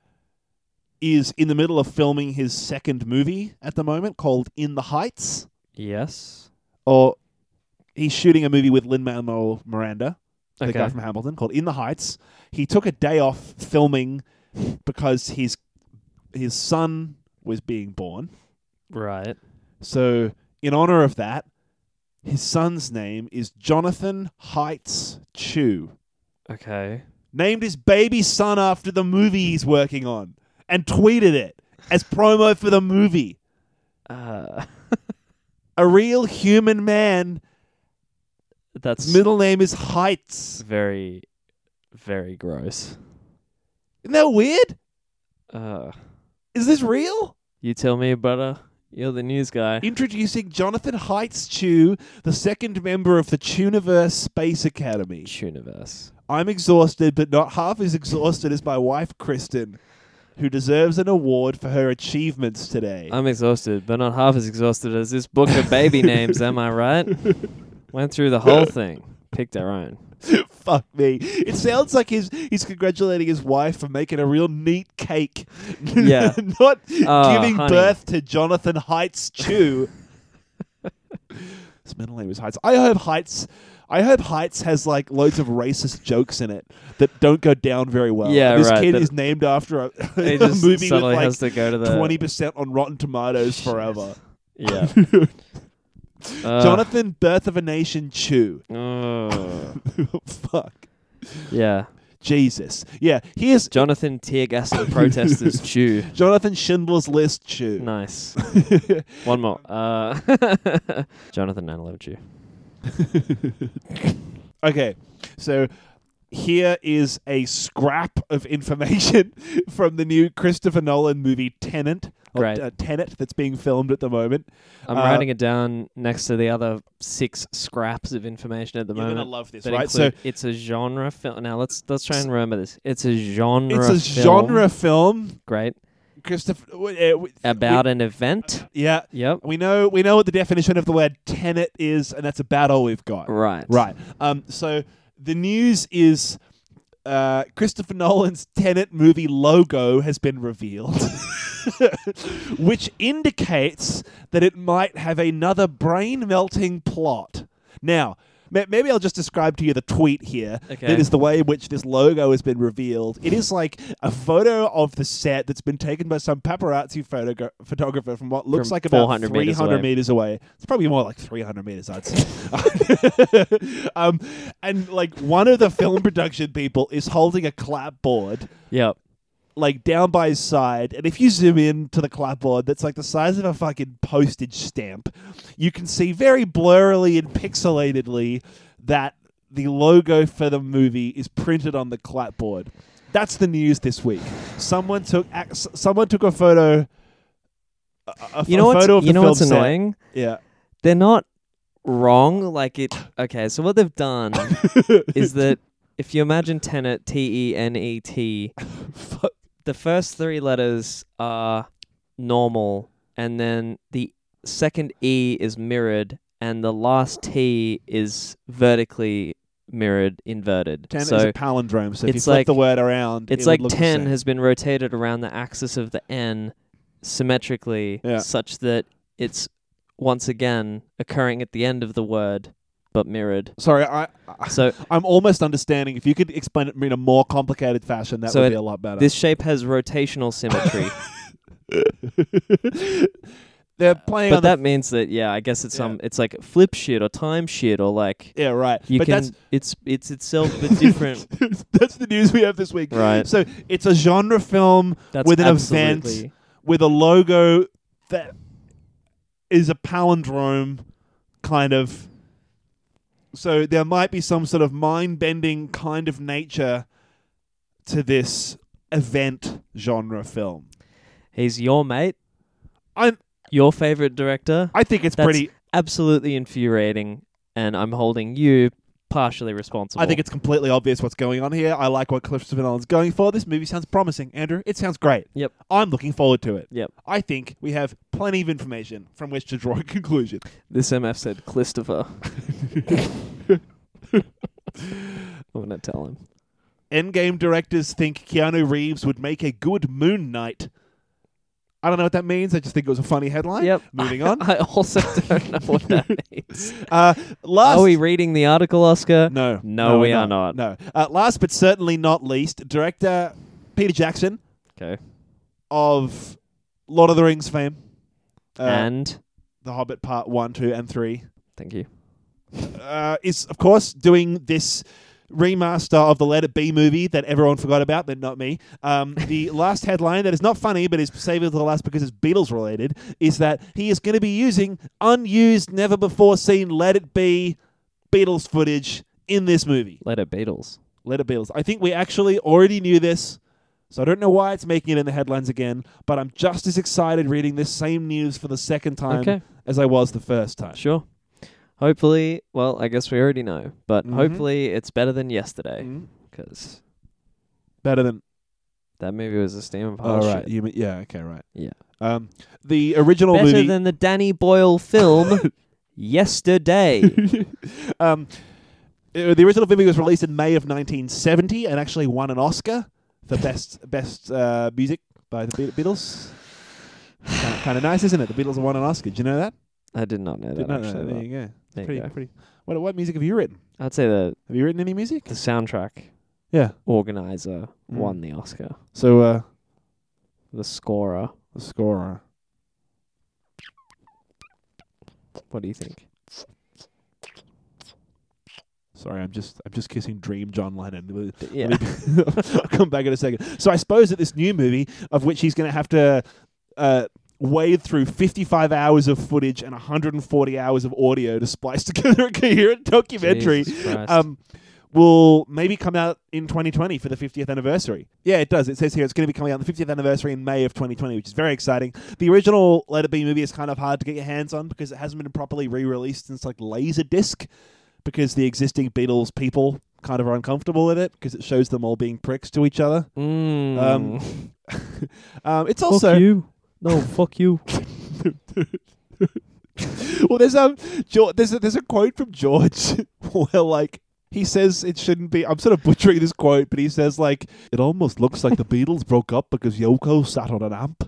S3: is in the middle of filming his second movie at the moment called In the Heights.
S2: Yes.
S3: Or he's shooting a movie with Lin Manuel Miranda, the
S2: Okay.
S3: guy from Hamilton, called In the Heights. He took a day off filming because his his son was being born.
S2: Right.
S3: So, in honor of that, his son's name is Jonathan Heights Chu.
S2: Okay.
S3: Named his baby son after the movie he's working on and tweeted it as promo for the movie.
S2: Uh,
S3: A real human man.
S2: that's
S3: His middle name is Heights.
S2: very, very gross.
S3: Isn't that weird?
S2: Uh,
S3: Is this real?
S2: you tell me, brother. You're the news guy.
S3: Introducing Jonathan Heights Chu, the second member of the Tuniverse Space Academy.
S2: Universe.
S3: I'm exhausted, but not half as exhausted as my wife, Kristen, who deserves an award for her achievements today.
S2: I'm exhausted, but not half as exhausted as this book of baby names. Am I right? Went through the whole thing. Picked our own.
S3: Fuck me. It sounds like he's, he's congratulating his wife for making a real neat cake.
S2: Yeah.
S3: not
S2: Oh,
S3: giving
S2: honey.
S3: birth to Jonathan Heights Chew. His middle name is Heights. I hope Heights. I hope Heights has like loads of racist jokes in it that don't go down very well.
S2: Yeah,
S3: this
S2: right,
S3: kid
S2: that-
S3: is named after a,
S2: He
S3: a
S2: just
S3: movie with
S2: suddenly
S3: like
S2: has to go to the
S3: twenty percent on Rotten Tomatoes forever.
S2: Yeah. Uh,
S3: Jonathan, Birth of a Nation, Chew. Oh.
S2: uh,
S3: Fuck.
S2: yeah.
S3: Jesus. Yeah. Here's
S2: Jonathan tear gassing protesters chew.
S3: Jonathan Schindler's List, Chew.
S2: Nice. One more. Uh, Jonathan 911 chew.
S3: Okay, so here is a scrap of information from the new Christopher Nolan movie Tenant. or,
S2: Great.
S3: uh, Tenet that's being filmed at the moment.
S2: I'm
S3: Uh,
S2: writing it down next to the other six scraps of information at the
S3: You're gonna
S2: moment.
S3: love this,
S2: that
S3: right?
S2: include it's a genre film. Now let's let's try and remember this. It's a genre.
S3: so it's a
S2: film.
S3: genre film.
S2: Great.
S3: Christopher, w- uh, w-
S2: About an event.
S3: we- yeah,
S2: Yep.
S3: we know we know what the definition of the word tenet is, and that's about all we've got.
S2: Right.
S3: Right. Um, so the news is uh, Christopher Nolan's Tenet movie logo has been revealed, which indicates that it might have another brain melting plot. Now, ma- maybe I'll just describe to you the tweet here.
S2: Okay.
S3: That is the way in which this logo has been revealed. It is like a photo of the set that's been taken by some paparazzi photogra- photographer from what looks
S2: From
S3: like about
S2: 400
S3: 300
S2: meters away.
S3: meters away. It's probably more like 300 meters, I'd say. um, and like one of the film production people is holding a clapboard
S2: Yep.
S3: like down by his side, and if you zoom in to the clapboard, that's like the size of a fucking postage stamp. You can see very blurrily and pixelatedly that the logo for the movie is printed on the clapboard. That's the news this week. Someone took ac- s- someone took a photo. A, a-
S2: You
S3: a
S2: know what's
S3: photo of
S2: you
S3: the
S2: know
S3: film
S2: what's
S3: set.
S2: annoying?
S3: Yeah,
S2: They're not wrong. Like it. Okay. So what they've done is that if you imagine Tenet, T E N E T,
S3: Fuck.
S2: the first three letters are normal, and then the second E is mirrored, and the last T is vertically mirrored, inverted.
S3: ten
S2: so
S3: is a palindrome. So if you
S2: it's
S3: flip
S2: like-
S3: the word around, it
S2: it's
S3: would
S2: like
S3: look the
S2: 10
S3: same.
S2: has been rotated around the axis of the N symmetrically,
S3: Yeah.
S2: such that it's once again occurring at the end of the word, but mirrored.
S3: Sorry, I, I
S2: So
S3: I'm almost understanding. If you could explain it in a more complicated fashion, that
S2: So
S3: would
S2: it-
S3: be a lot better.
S2: this shape has rotational symmetry.
S3: They're playing
S2: but
S3: on
S2: that means that yeah, I guess it's
S3: Yeah.
S2: um, it's like flip shit or time shit or like
S3: the, yeah, right.
S2: you
S3: but
S2: can it's it's itself but different.
S3: that's that's the news we have this week.
S2: Right.
S3: So it's a genre film
S2: That's
S3: with an
S2: absolutely
S3: event with a logo that is a palindrome kind of. So there might be some sort of mind-bending kind of nature to this event genre film.
S2: He's your mate,
S3: I
S2: your favorite director.
S3: I think it's
S2: That's
S3: pretty.
S2: absolutely infuriating, and I'm holding you partially responsible.
S3: I think it's completely obvious what's going on here. I like what Christopher Nolan's going for. This movie sounds promising, Andrew. It sounds great.
S2: Yep.
S3: I'm looking forward to it.
S2: Yep.
S3: I think we have plenty of information from which to draw a conclusion.
S2: This MF said Christopher. I'm gonna tell him.
S3: Endgame directors think Keanu Reeves would make a good Moon Knight. I don't know what that means. I just think it was a funny headline.
S2: Yep.
S3: Moving on.
S2: I also don't know what that means.
S3: Uh, last.
S2: Are we reading the article, Oscar?
S3: No.
S2: No, we
S3: we're
S2: are not.
S3: No. Uh, last but certainly not least, director Peter Jackson
S2: Okay.
S3: of Lord of the Rings fame. Uh,
S2: and
S3: The Hobbit Part 1, 2, and 3.
S2: thank you.
S3: Uh, is, of course, doing this remaster of the Let It Be movie that everyone forgot about, but not me. Um, the last headline that is not funny, but is saved for the last because it's Beatles related, is that he is going to be using unused, never before seen Let It Be Beatles footage in this movie.
S2: Letter Beatles.
S3: Let it Beatles. I think we actually already knew this, so I don't know why it's making it in the headlines again, but I'm just as excited reading this same news for the second time
S2: Okay.
S3: as I was the first time.
S2: Sure. Hopefully, well, I guess we already know, but
S3: Mhm.
S2: hopefully it's better than yesterday
S3: Mm.
S2: because
S3: Better than.
S2: that movie was a steam of
S3: All
S2: hot
S3: Oh, right.
S2: shit.
S3: You mean, yeah, okay, right.
S2: Yeah.
S3: Um, the original
S2: Better
S3: movie.
S2: than the Danny Boyle film yesterday.
S3: um, uh, the original movie was released in May of 1970 and actually won an Oscar for best best uh, music by the Be- Beatles. kind of nice, isn't it? The Beatles won an Oscar. Did you know that?
S2: I did not know that.
S3: Did not know
S2: actually,
S3: that.
S2: but
S3: There you go.
S2: there you
S3: pretty,
S2: go.
S3: pretty. What, what music have you written?
S2: I'd say the
S3: Have you written any music?
S2: the soundtrack
S3: Yeah.
S2: organizer
S3: Mm.
S2: won the Oscar.
S3: So, uh,
S2: The scorer.
S3: the uh, scorer.
S2: What do you think?
S3: Sorry, I'm just I'm just kissing Dream John Lennon.
S2: D- Yeah.
S3: Let me- I'll come back in a second. So I suppose that this new movie, of which he's going to have to uh, wade through 55 hours of footage and 140 hours of audio to splice together a coherent documentary,
S2: Jesus Christ.
S3: um, will maybe come out in 2020 for the 50th anniversary. Yeah, it does. It says here it's going to be coming out on the 50th anniversary in May of 2020, which is very exciting. The original Let It Be movie is kind of hard to get your hands on because it hasn't been properly re-released since like Laserdisc, because the existing Beatles people kind of are uncomfortable with it because it shows them all being pricks to each other.
S2: Mm.
S3: um, Um, it's also
S2: you. No, fuck you.
S3: well, there's um, George, there's a, there's a quote from George where like he says it shouldn't be. I'm sort of butchering this quote, but he says like it almost looks like the Beatles broke up because Yoko sat on an amp.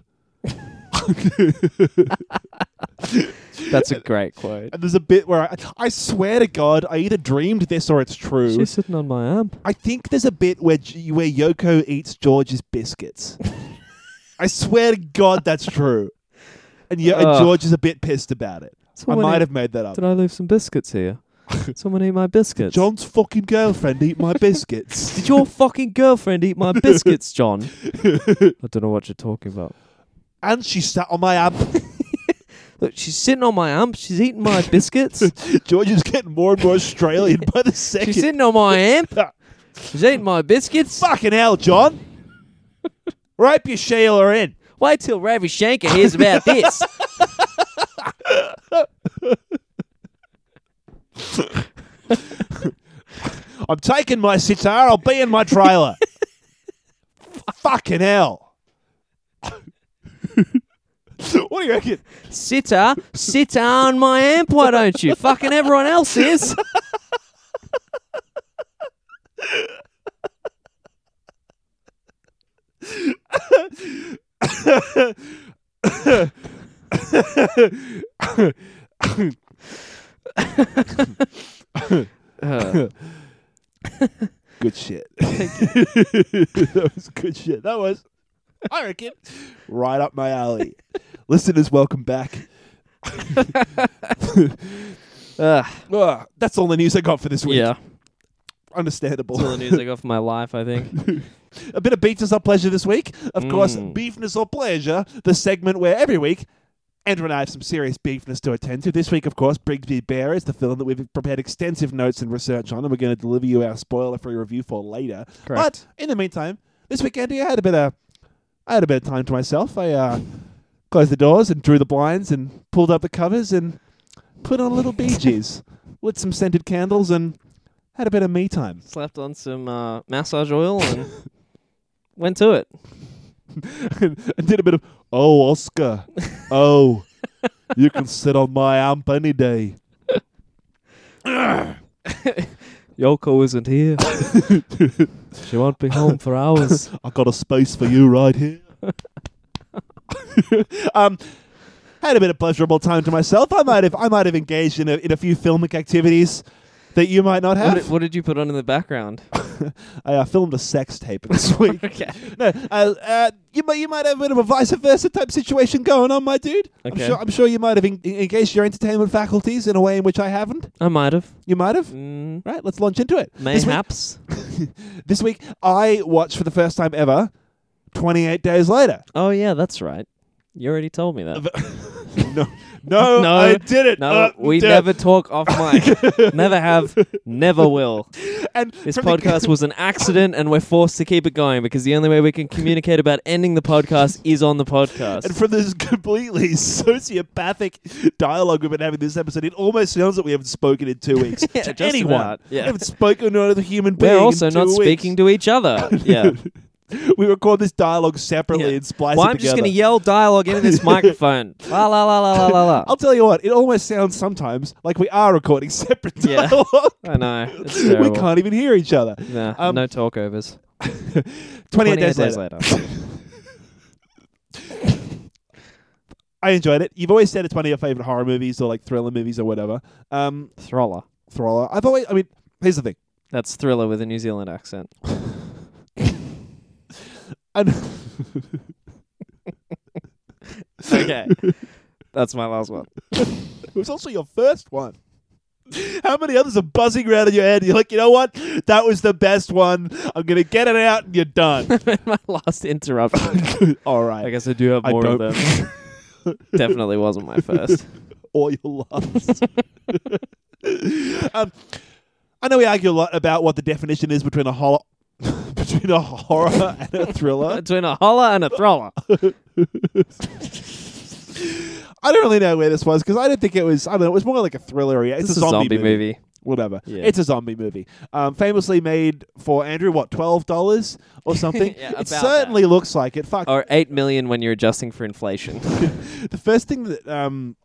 S2: That's a great quote.
S3: And there's a bit where I, I swear to God, I either dreamed this or it's true.
S2: She's sitting on my amp.
S3: I think there's a bit where G- where Yoko eats George's biscuits. I swear to God, that's true. And, yeah, and
S2: Ugh.
S3: George is a bit pissed about it. I
S2: Someone
S3: might
S2: eat-
S3: have made that up.
S2: Did I leave some biscuits here? Someone eat my biscuits.
S3: John's fucking girlfriend eat my biscuits.
S2: Did your fucking girlfriend eat my biscuits, John? I don't know what you're talking about.
S3: and she sat on my amp.
S2: Look, she's sitting on my amp. She's eating my biscuits.
S3: George is getting more and more Australian by the second. Ah,
S2: she's sitting on my amp. She's eating my biscuits.
S3: Fucking hell, John. Rope your Sheila in.
S2: Wait till Ravi Shankar hears about this.
S3: I'm taking my sitar. I'll be in my trailer. Fucking hell. what do you reckon?
S2: Sitter, sitter on my amp, why don't you? Fucking everyone else is. Uh,
S3: Good shit. that was good shit. That was, I reckon, right up my alley. Listeners, welcome back.
S2: ugh,
S3: Ugh, that's all the news I got for this week.
S2: yeah,
S3: Understandable.
S2: all the news I got for my life, I think.
S3: A bit of beefness or pleasure this week. Of course,
S2: Mm.
S3: beefness or pleasure, the segment where every week Andrew and I have some serious beefness to attend to. This week, of course, Brigsby Bear is the film that we've prepared extensive notes and research on, and we're going to deliver you our spoiler-free review for later. But
S2: Correct.
S3: in the meantime, this week, Andy, I had a bit of, I had a bit of time to myself. I uh, closed the doors and drew the blinds and pulled up the covers and put on a little Bee Gees, lit some scented candles, and had a bit of me time.
S2: Slapped on some uh, massage oil and went to it.
S3: and did a bit of oh Oscar, oh you can sit on my amp any day.
S2: Yoko isn't here. she won't be home for hours.
S3: I got a space for you right here. um, had a bit of pleasurable time to myself. I might have I might have engaged in a, in a few filmic activities that you might not
S2: What
S3: have.
S2: did, what did you put on in the background?
S3: I uh, filmed a sex tape this week.
S2: okay.
S3: No, uh, uh, you might you might have a bit of a vice versa type situation going on, my dude. I'm
S2: Okay.
S3: sure I'm sure you might have en- engaged your entertainment faculties in a way in which I haven't.
S2: I might have.
S3: You might have.
S2: Mm,
S3: Right, let's launch into it. This week,
S2: mayhaps.
S3: this week, I watched for the first time ever. 28 days later.
S2: Oh yeah, that's right. You already told me that.
S3: No, no,
S2: No,
S3: I did it.
S2: No,
S3: Uh,
S2: we
S3: duh.
S2: never talk off mic. never have, never will.
S3: And
S2: This
S3: from the-
S2: podcast was an accident and we're forced to keep it going because the only way we can communicate about ending the podcast is on the
S3: And
S2: podcast.
S3: from this completely sociopathic dialogue we've been having this episode, it almost sounds like we haven't spoken in two weeks
S2: Yeah,
S3: to
S2: just
S3: anyone.
S2: about, yeah.
S3: We haven't spoken to another human being.
S2: We're also
S3: in
S2: not speaking to each other. Yeah.
S3: To- we record this dialogue separately
S2: Yeah.
S3: and splice
S2: well,
S3: it
S2: I'm just
S3: together.
S2: going to yell dialogue into this microphone. La la la la la la la.
S3: I'll tell you what, it almost sounds sometimes like we are recording separate
S2: Yeah.
S3: dialogue.
S2: I know. It's
S3: we
S2: terrible.
S3: can't even hear each other.
S2: Nah,
S3: um,
S2: no talkovers.
S3: 28, days, later. I enjoyed it. You've always said it's one of your favorite horror movies or like thriller movies or whatever. Um,
S2: Thriller.
S3: thriller. I've always, I mean, here's the thing.
S2: That's thriller with a New Zealand accent.
S3: I know-
S2: Okay. That's my last one.
S3: It was also your first one. How many others are buzzing around in your head? You're like, you know what? That was the best one. I'm gonna get it out, and you're done.
S2: my last interruption.
S3: All right,
S2: I guess I do have
S3: I
S2: more of
S3: don't-
S2: them. Definitely wasn't my first.
S3: or your last. um, I know we argue a lot about what the definition is between a horror, between a horror and a thriller.
S2: Between a holler and a thriller.
S3: I don't really know where this was because I didn't think it was. I don't know. It was more like a thriller. It's
S2: This is
S3: a zombie, movie.
S2: movie.
S3: Whatever.
S2: Yeah.
S3: It's a zombie movie. Um, famously made for Andrew what twelve dollars or something.
S2: Yeah,
S3: it
S2: about Oh.
S3: certainly looks like it. Fuck.
S2: Or 8 million when you're adjusting for inflation.
S3: The first thing that um,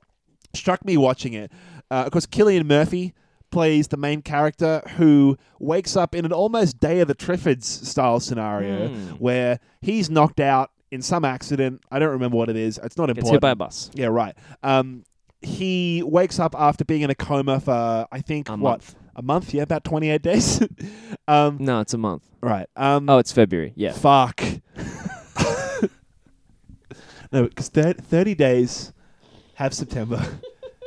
S3: struck me watching it, uh, of course, Killian Murphy plays the main character who wakes up in an almost Day of the Triffids style scenario
S2: Hmm.
S3: where he's knocked out in some accident. I don't remember what it is. It's not
S2: Gets
S3: important.
S2: hit by a bus.
S3: Yeah, right. Um, he wakes up after being in a coma for I think
S2: A
S3: what
S2: month.
S3: a month, yeah, about twenty eight days. um,
S2: No, it's a month.
S3: right. Um,
S2: Oh, it's February. Yeah.
S3: fuck. no, because thirty days have September,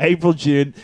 S3: April, June,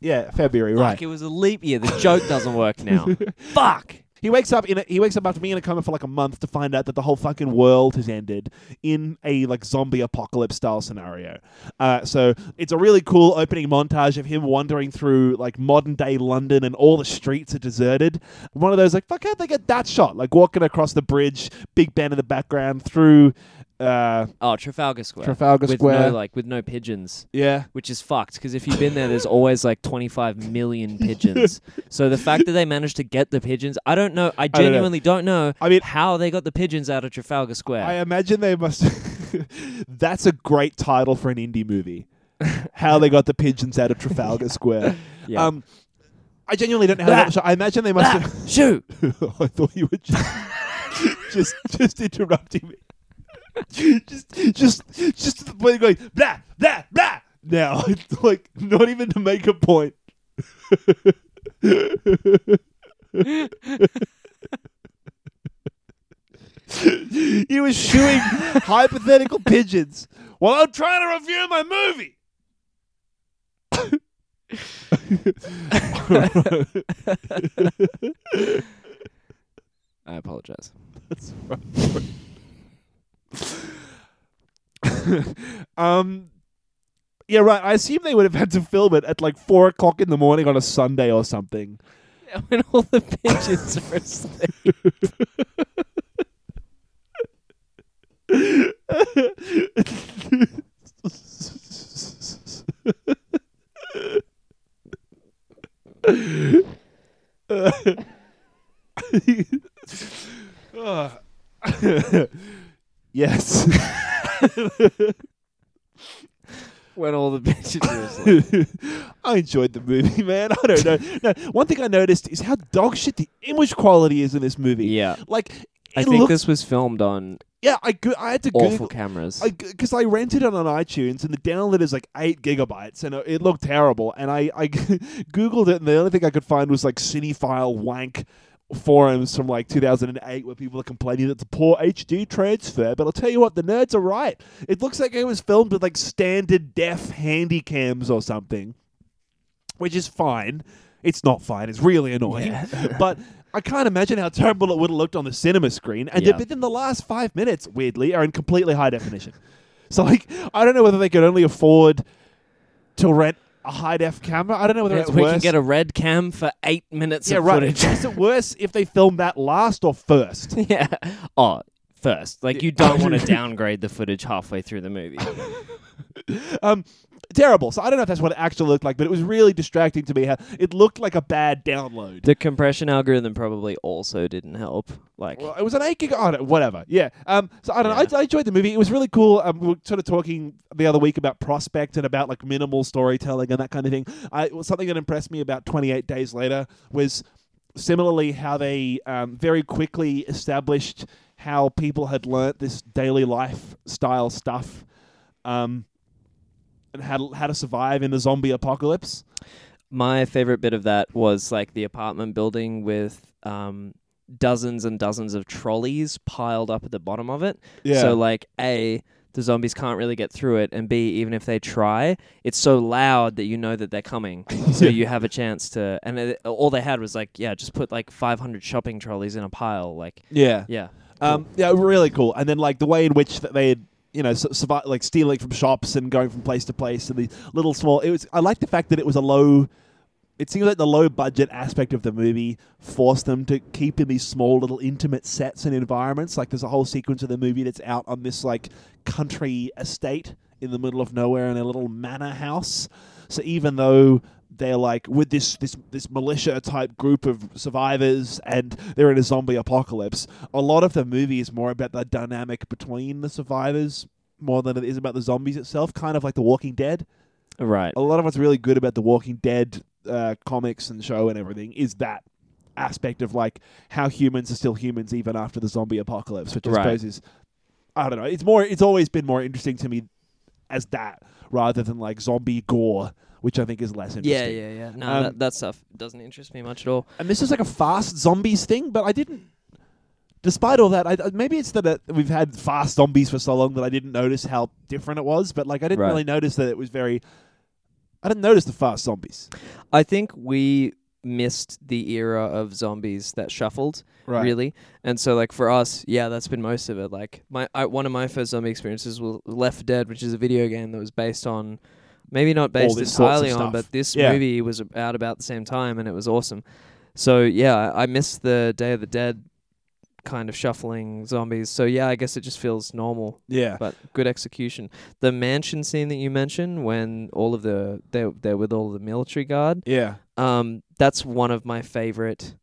S3: yeah, February, right.
S2: Like it was a leap year. The joke doesn't work now. Fuck.
S3: He wakes up in a, he wakes up after being in a coma for like a month to find out that the whole fucking world has ended in a like zombie apocalypse style scenario. Uh, so it's a really cool opening montage of him wandering through like modern day London and all the streets are deserted. One of those like fuck how'd they get that shot? Like walking across the bridge, Big Ben in the background through uh,
S2: Oh, Trafalgar Square.
S3: Trafalgar
S2: with
S3: Square.
S2: No, like with no pigeons.
S3: yeah.
S2: which is fucked because if you've been there, there's always like 25 million pigeons. so the fact that they managed to get the pigeons, I don't know. I
S3: don't know.
S2: genuinely don't know,
S3: I mean-
S2: how they got the pigeons out of Trafalgar Square.
S3: I imagine they must. That's a great title for an indie movie. How they got the pigeons out of Trafalgar Square.
S2: Yeah.
S3: Um, I genuinely don't know. How that, I imagine they must. Have,
S2: Shoot!
S3: I thought you were just just, just interrupting me. just, just, just to the point of going blah blah blah. Now, It's like, not even to make a point. you were shooing hypothetical pigeons while I'm trying to review my movie.
S2: I apologize.
S3: Um, yeah, right. I assume they would have had to film it at like four o'clock in the morning on a Sunday or something.
S2: when all the pigeons are asleep.
S3: Ah. yes.
S2: When all the pigeons are asleep.
S3: I enjoyed the movie, man. I don't know. No, one thing I noticed is how dog shit the image quality is in this movie.
S2: Yeah.
S3: Like,
S2: I
S3: it
S2: think
S3: look-
S2: this was filmed on
S3: Yeah, I go- I had to
S2: Awful
S3: Google
S2: cameras.
S3: because I, rented it on iTunes and the download is like eight gigabytes and it, it looked terrible. And I, I googled it and the only thing I could find was like cinephile wank forums from like 2008 where people are complaining that it's a poor HD transfer. But I'll tell you what, the nerds are right. It looks like it was filmed with like standard def handy cams or something, which is fine. It's not fine. It's really annoying, but. I can't imagine how terrible it would have looked on the cinema screen. And
S2: Yeah.
S3: but then the last five minutes, weirdly, are in completely high definition. So like, I don't know whether they could only afford to rent a high def camera. I don't know whether
S2: Yeah,
S3: it's
S2: we
S3: worse.
S2: can get a red cam for eight minutes
S3: yeah,
S2: of
S3: right.
S2: footage.
S3: Is it worse if they filmed that last or first?
S2: yeah. Oh, first, like you don't want to downgrade the footage halfway through the movie.
S3: Um, terrible. So I don't know if that's what it actually looked like, but it was really distracting to me. How it looked like a bad download.
S2: the compression algorithm probably also didn't help. Like,
S3: Well, it was an eight gig. Oh, no, whatever. Yeah. Um. So I don't know. I, I enjoyed the movie. It was really cool. Um, we were sort of talking the other week about prospect and about like minimal storytelling and that kind of thing. I something that impressed me about Twenty Eight Days Later was similarly how they um, very quickly established how people had learnt this daily life style stuff. Um. And how to, how to survive in the zombie apocalypse.
S2: my favorite bit of that was like the apartment building with um, dozens and dozens of trolleys piled up at the bottom of it.
S3: Yeah.
S2: So like a the zombies can't really get through it, and B even if they try, it's so loud that you know that they're coming, so you have a chance to. And it, all they had was like yeah, just put like 500 shopping trolleys in a pile. Like
S3: Yeah.
S2: yeah,
S3: Um, yeah, really cool. And then like the way in which that they had, you know, su- survi- like stealing from shops and going from place to place and the little small. It was. I like the fact that it was a low. It seems like the low budget aspect of the movie forced them to keep in these small little intimate sets and environments. Like there's a whole sequence of the movie that's out on this like country estate in the middle of nowhere in a little manor house. So even though they're like with this this this militia type group of survivors and they're in a zombie apocalypse, a lot of the movie is more about the dynamic between the survivors more than it is about the zombies itself, kind of like The Walking Dead
S2: right.
S3: a lot of what's really good about the Walking Dead uh, comics and show and everything is that aspect of like how humans are still humans even after the zombie apocalypse, which I
S2: Right.
S3: suppose is I don't know. It's more. It's always been more interesting to me as that rather than like zombie gore, which I think is less interesting.
S2: Yeah, yeah, yeah. No,
S3: Um,
S2: that, that stuff doesn't interest me much at all.
S3: And this is like a fast zombies thing, but I didn't. Despite all that, I, I- maybe it's that uh, we've had fast zombies for so long that I didn't notice how different it was. But like, I didn't
S2: Right.
S3: really notice that it was very. I didn't notice the fast zombies.
S2: I think we missed the era of zombies that shuffled really and so like for us yeah that's been most of it like my I, one of my first zombie experiences was left dead which is a video game that was based on maybe not based
S3: this sorts of
S2: entirely
S3: stuff.
S2: on but this
S3: Yeah.
S2: movie was out about the same time and it was awesome so yeah I, I missed the day of the dead kind of shuffling zombies so yeah i guess it just feels normal
S3: Yeah.
S2: but good execution. The mansion scene that you mentioned, when all of the they're, they're with all the military guard,
S3: Yeah.
S2: um, that's one of my favorite.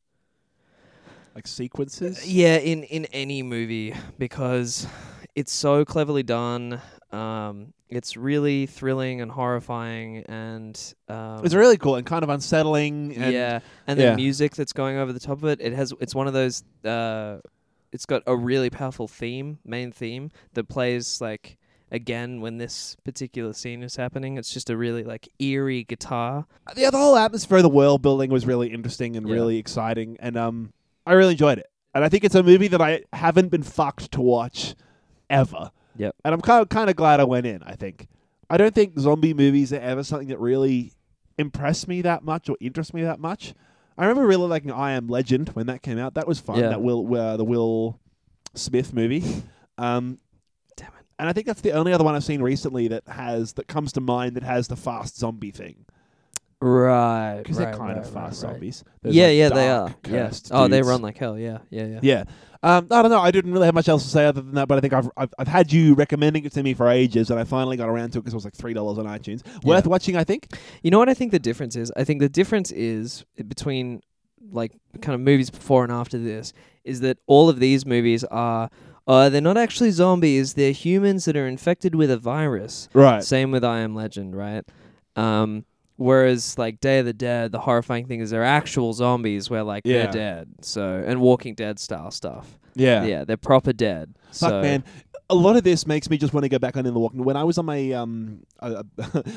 S2: uh,
S3: Like sequences?
S2: Yeah, in in any movie because it's so cleverly done. Um, it's really thrilling and horrifying, and um,
S3: It's really cool and kind of unsettling. And
S2: yeah, and
S3: yeah.
S2: the music that's going over the top of it. It has. It's one of those. Uh, it's got a really powerful theme, main theme that plays like again when this particular scene is happening. It's just a really like eerie guitar.
S3: Yeah, the whole atmosphere of the world building was really interesting and
S2: Yeah.
S3: really exciting. And um, I really enjoyed it. And I think it's a movie that I haven't been fucked to watch ever.
S2: Yep.
S3: And I'm kind of, kind of glad I went in, I think. I don't think zombie movies are ever something that really impressed me that much or interest me that much. I remember really liking I Am Legend when that came out. That was fun.
S2: Yeah.
S3: That Will uh, the Will Smith movie. Um,
S2: Damn it.
S3: And I think that's the only other one I've seen recently that has that comes to mind that has the fast zombie thing
S2: Right,
S3: because they're kind of fast zombies. Those,
S2: Yeah,
S3: like,
S2: yeah, they
S3: dark,
S2: are. Yeah.
S3: cursed
S2: Oh, they
S3: dudes.
S2: run like hell. Yeah, yeah, yeah.
S3: Yeah. Um, I don't know. I didn't really have much else to say other than that, but I think I've, I've, I've had you recommending it to me for ages, and I finally got around to it because it was like $3 on iTunes. Worth watching, I think.
S2: You know what I think the difference is? I think the difference is eh, between like kind of movies before and after this is that all of these movies are uh, they're not actually zombies, they're humans that are infected with a virus.
S3: Right.
S2: Same with I Am Legend, right? Um, Whereas like Day of the Dead, the horrifying thing is they're actual zombies where like
S3: Yeah.
S2: they're dead. So and Walking Dead style stuff.
S3: Yeah.
S2: Yeah, they're proper dead.
S3: Fuck
S2: so,
S3: man, a lot of this makes me just want to go back on in the walking. When I was on my um uh,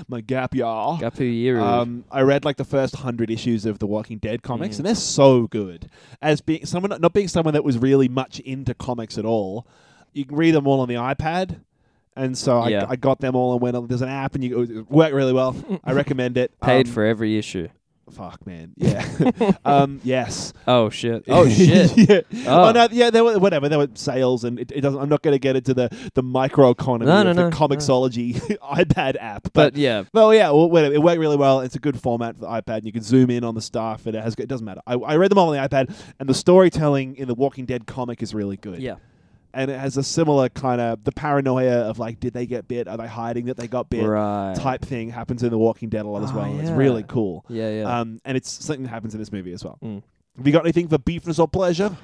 S3: my gap year,
S2: Gapu Yiru.
S3: um, I read like the first hundred issues of the Walking Dead comics,
S2: Mm.
S3: and they're so good. As being someone, not being someone that was really much into comics at all, you can read them all on the iPad. And so I,
S2: Yeah.
S3: I got them all and went. on- There's an app, and you it worked really well. I recommend it.
S2: Paid
S3: Um,
S2: for every issue.
S3: Fuck, man. Yeah. um. Yes.
S2: Oh shit. Oh shit.
S3: yeah. Oh.
S2: Oh.
S3: no. Yeah. There were whatever. There were sales, and it, it doesn't. I'm not going to get into the the microeconomy
S2: No, no,
S3: of the
S2: no,
S3: Comixology iPad app, but.
S2: But yeah,
S3: well, yeah, well, whatever. It worked really well. It's a good format for the iPad, and you can zoom in on the stuff, and it has. It doesn't matter. I, I read them all on the iPad, and the storytelling in the Walking Dead comic is really good.
S2: yeah.
S3: and it has a similar kind of the paranoia of like, did they get bit? Are they hiding that they got bit?
S2: Right.
S3: Type thing happens in the Walking Dead a lot as
S2: Oh,
S3: well. It's
S2: yeah.
S3: really cool.
S2: Yeah, yeah.
S3: Um, and it's something that happens in this movie as well.
S2: Mm.
S3: Have you got anything for beefness or pleasure?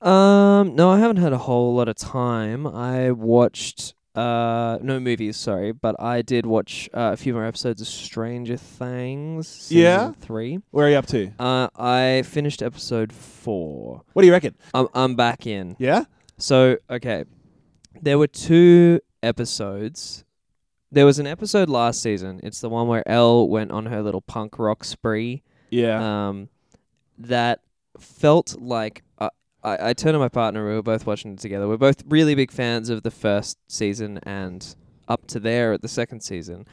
S2: Um, no, I haven't had a whole lot of time. I watched uh no movies, sorry, but I did watch uh, a few more episodes of Stranger Things. Season
S3: Yeah?
S2: Three.
S3: Where are you up to?
S2: Uh, I finished episode four.
S3: What do you reckon?
S2: I'm I'm back in.
S3: Yeah.
S2: So okay, there were two episodes. There was an episode last season. It's the one where Elle went on her little punk rock spree.
S3: Yeah.
S2: um, that felt like I, I, I turned to my partner. We were both watching it together. We're both really big fans of the first season and up to there at the second season.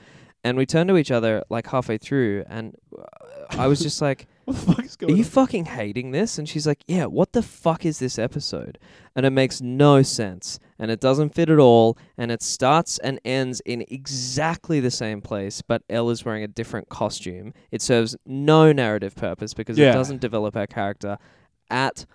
S2: And we turned to each other like halfway through, and uh, I was just like,
S3: what the fuck is
S2: "Are
S3: going
S2: you fucking hating this?" And she's like, "Yeah, what the fuck is this episode?" And it makes no sense, and it doesn't fit at all, and it starts and ends in exactly the same place, but Elle is wearing a different costume. It serves no narrative purpose because
S3: Yeah.
S2: it doesn't develop her character at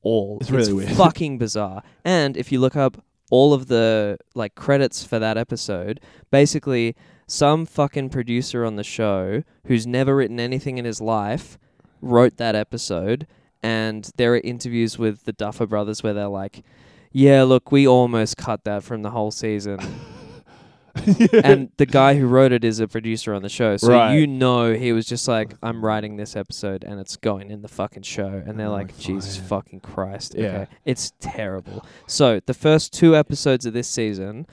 S2: all.
S3: It's really weird.
S2: Fucking bizarre. And if you look up all of the like credits for that episode, basically some fucking producer on the show who's never written anything in his life wrote that episode and there are interviews with the Duffer brothers where they're like yeah, look, we almost cut that from the whole season. and the guy who wrote it is a producer on the show. So
S3: Right.
S2: you know he was just like, I'm writing this episode and it's going in the fucking show. And they're
S3: Oh,
S2: like, Jesus
S3: fine.
S2: fucking Christ.
S3: Yeah.
S2: Okay. It's terrible. So the first two episodes of this season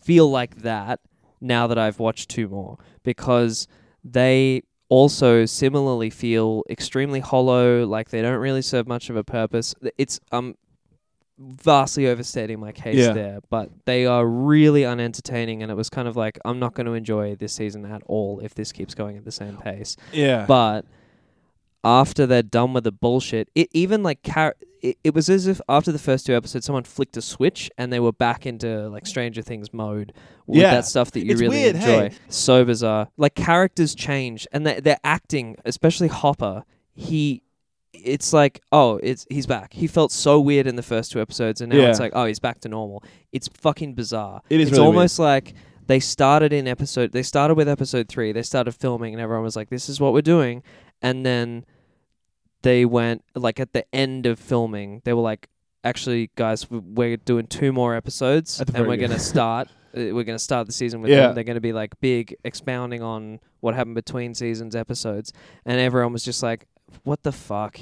S2: feel like that now that I've watched two more because they also similarly feel extremely hollow, like they don't really serve much of a purpose. Th- It's um vastly overstating my case
S3: Yeah.
S2: there, but they are really unentertaining and it was kind of like I'm not going to enjoy this season at all if this keeps going at the same pace.
S3: yeah.
S2: But after they're done with the bullshit, it even like car- it, it was as if after the first two episodes, someone flicked a switch and they were back into like Stranger Things mode with
S3: Yeah.
S2: that stuff that you
S3: It's
S2: really
S3: weird, hey?
S2: enjoy. So bizarre. Like characters change and they, they're acting, especially Hopper. He, it's like oh, it's he's back. He felt so weird in the first two episodes, and now
S3: Yeah.
S2: it's like oh, he's back to normal. It's fucking bizarre.
S3: It is
S2: It's
S3: really
S2: almost like they started in episode. They started with episode three. They started filming, and everyone was like, "This is what we're doing," and then they went like at the end of filming, they were like, "Actually, guys, w- we're doing two more episodes,
S3: At the
S2: and
S3: very
S2: we're
S3: end.
S2: gonna start. uh, we're gonna start the season with
S3: Yeah.
S2: them. They're gonna be like big, expounding on what happened between seasons episodes." And everyone was just like, "What the fuck."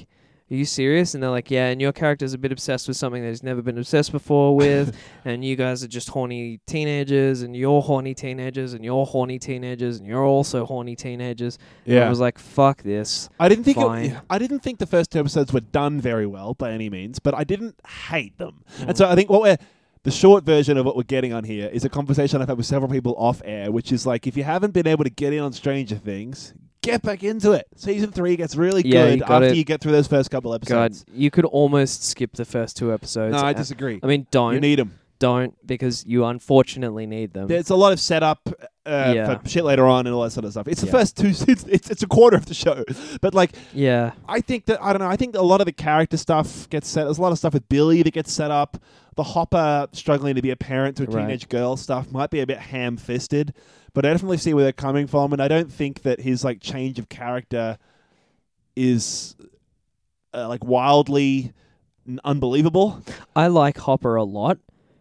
S2: Are you serious? And they're like, yeah. And your character's a bit obsessed with something that he's never been obsessed before with, and you guys are just horny teenagers, and you're horny teenagers, and you're horny teenagers, and you're also horny teenagers. And I was like, fuck this.
S3: I didn't think it,
S2: Fine.
S3: I didn't think the first two episodes were done very well by any means, but I didn't hate them.
S2: Mm.
S3: And so I think what we're the short version of what we're getting on here is a conversation I've had with several people off air, which is like if you haven't been able to get in on Stranger Things, get back into it. Season three gets really
S2: Yeah, you
S3: good
S2: got
S3: after
S2: it.
S3: you get through those first couple
S2: God,
S3: episodes.
S2: you could almost skip the first two episodes.
S3: no, I
S2: and-
S3: disagree.
S2: I mean, don't,
S3: you need them.
S2: don't, because you unfortunately need them.
S3: There's a lot of setup uh,
S2: Yeah.
S3: for shit later on and all that sort of stuff. It's the
S2: Yeah.
S3: first two. It's, it's it's a quarter of the show, but like
S2: yeah,
S3: I think that I don't know. I think a lot of the character stuff gets set. There's a lot of stuff with Billy that gets set up. The Hopper struggling to be a parent to a
S2: Right.
S3: teenage girl stuff might be a bit ham-fisted, but I definitely see where they're coming from, and I don't think that his like change of character is uh, like wildly n- unbelievable.
S2: I like Hopper a lot,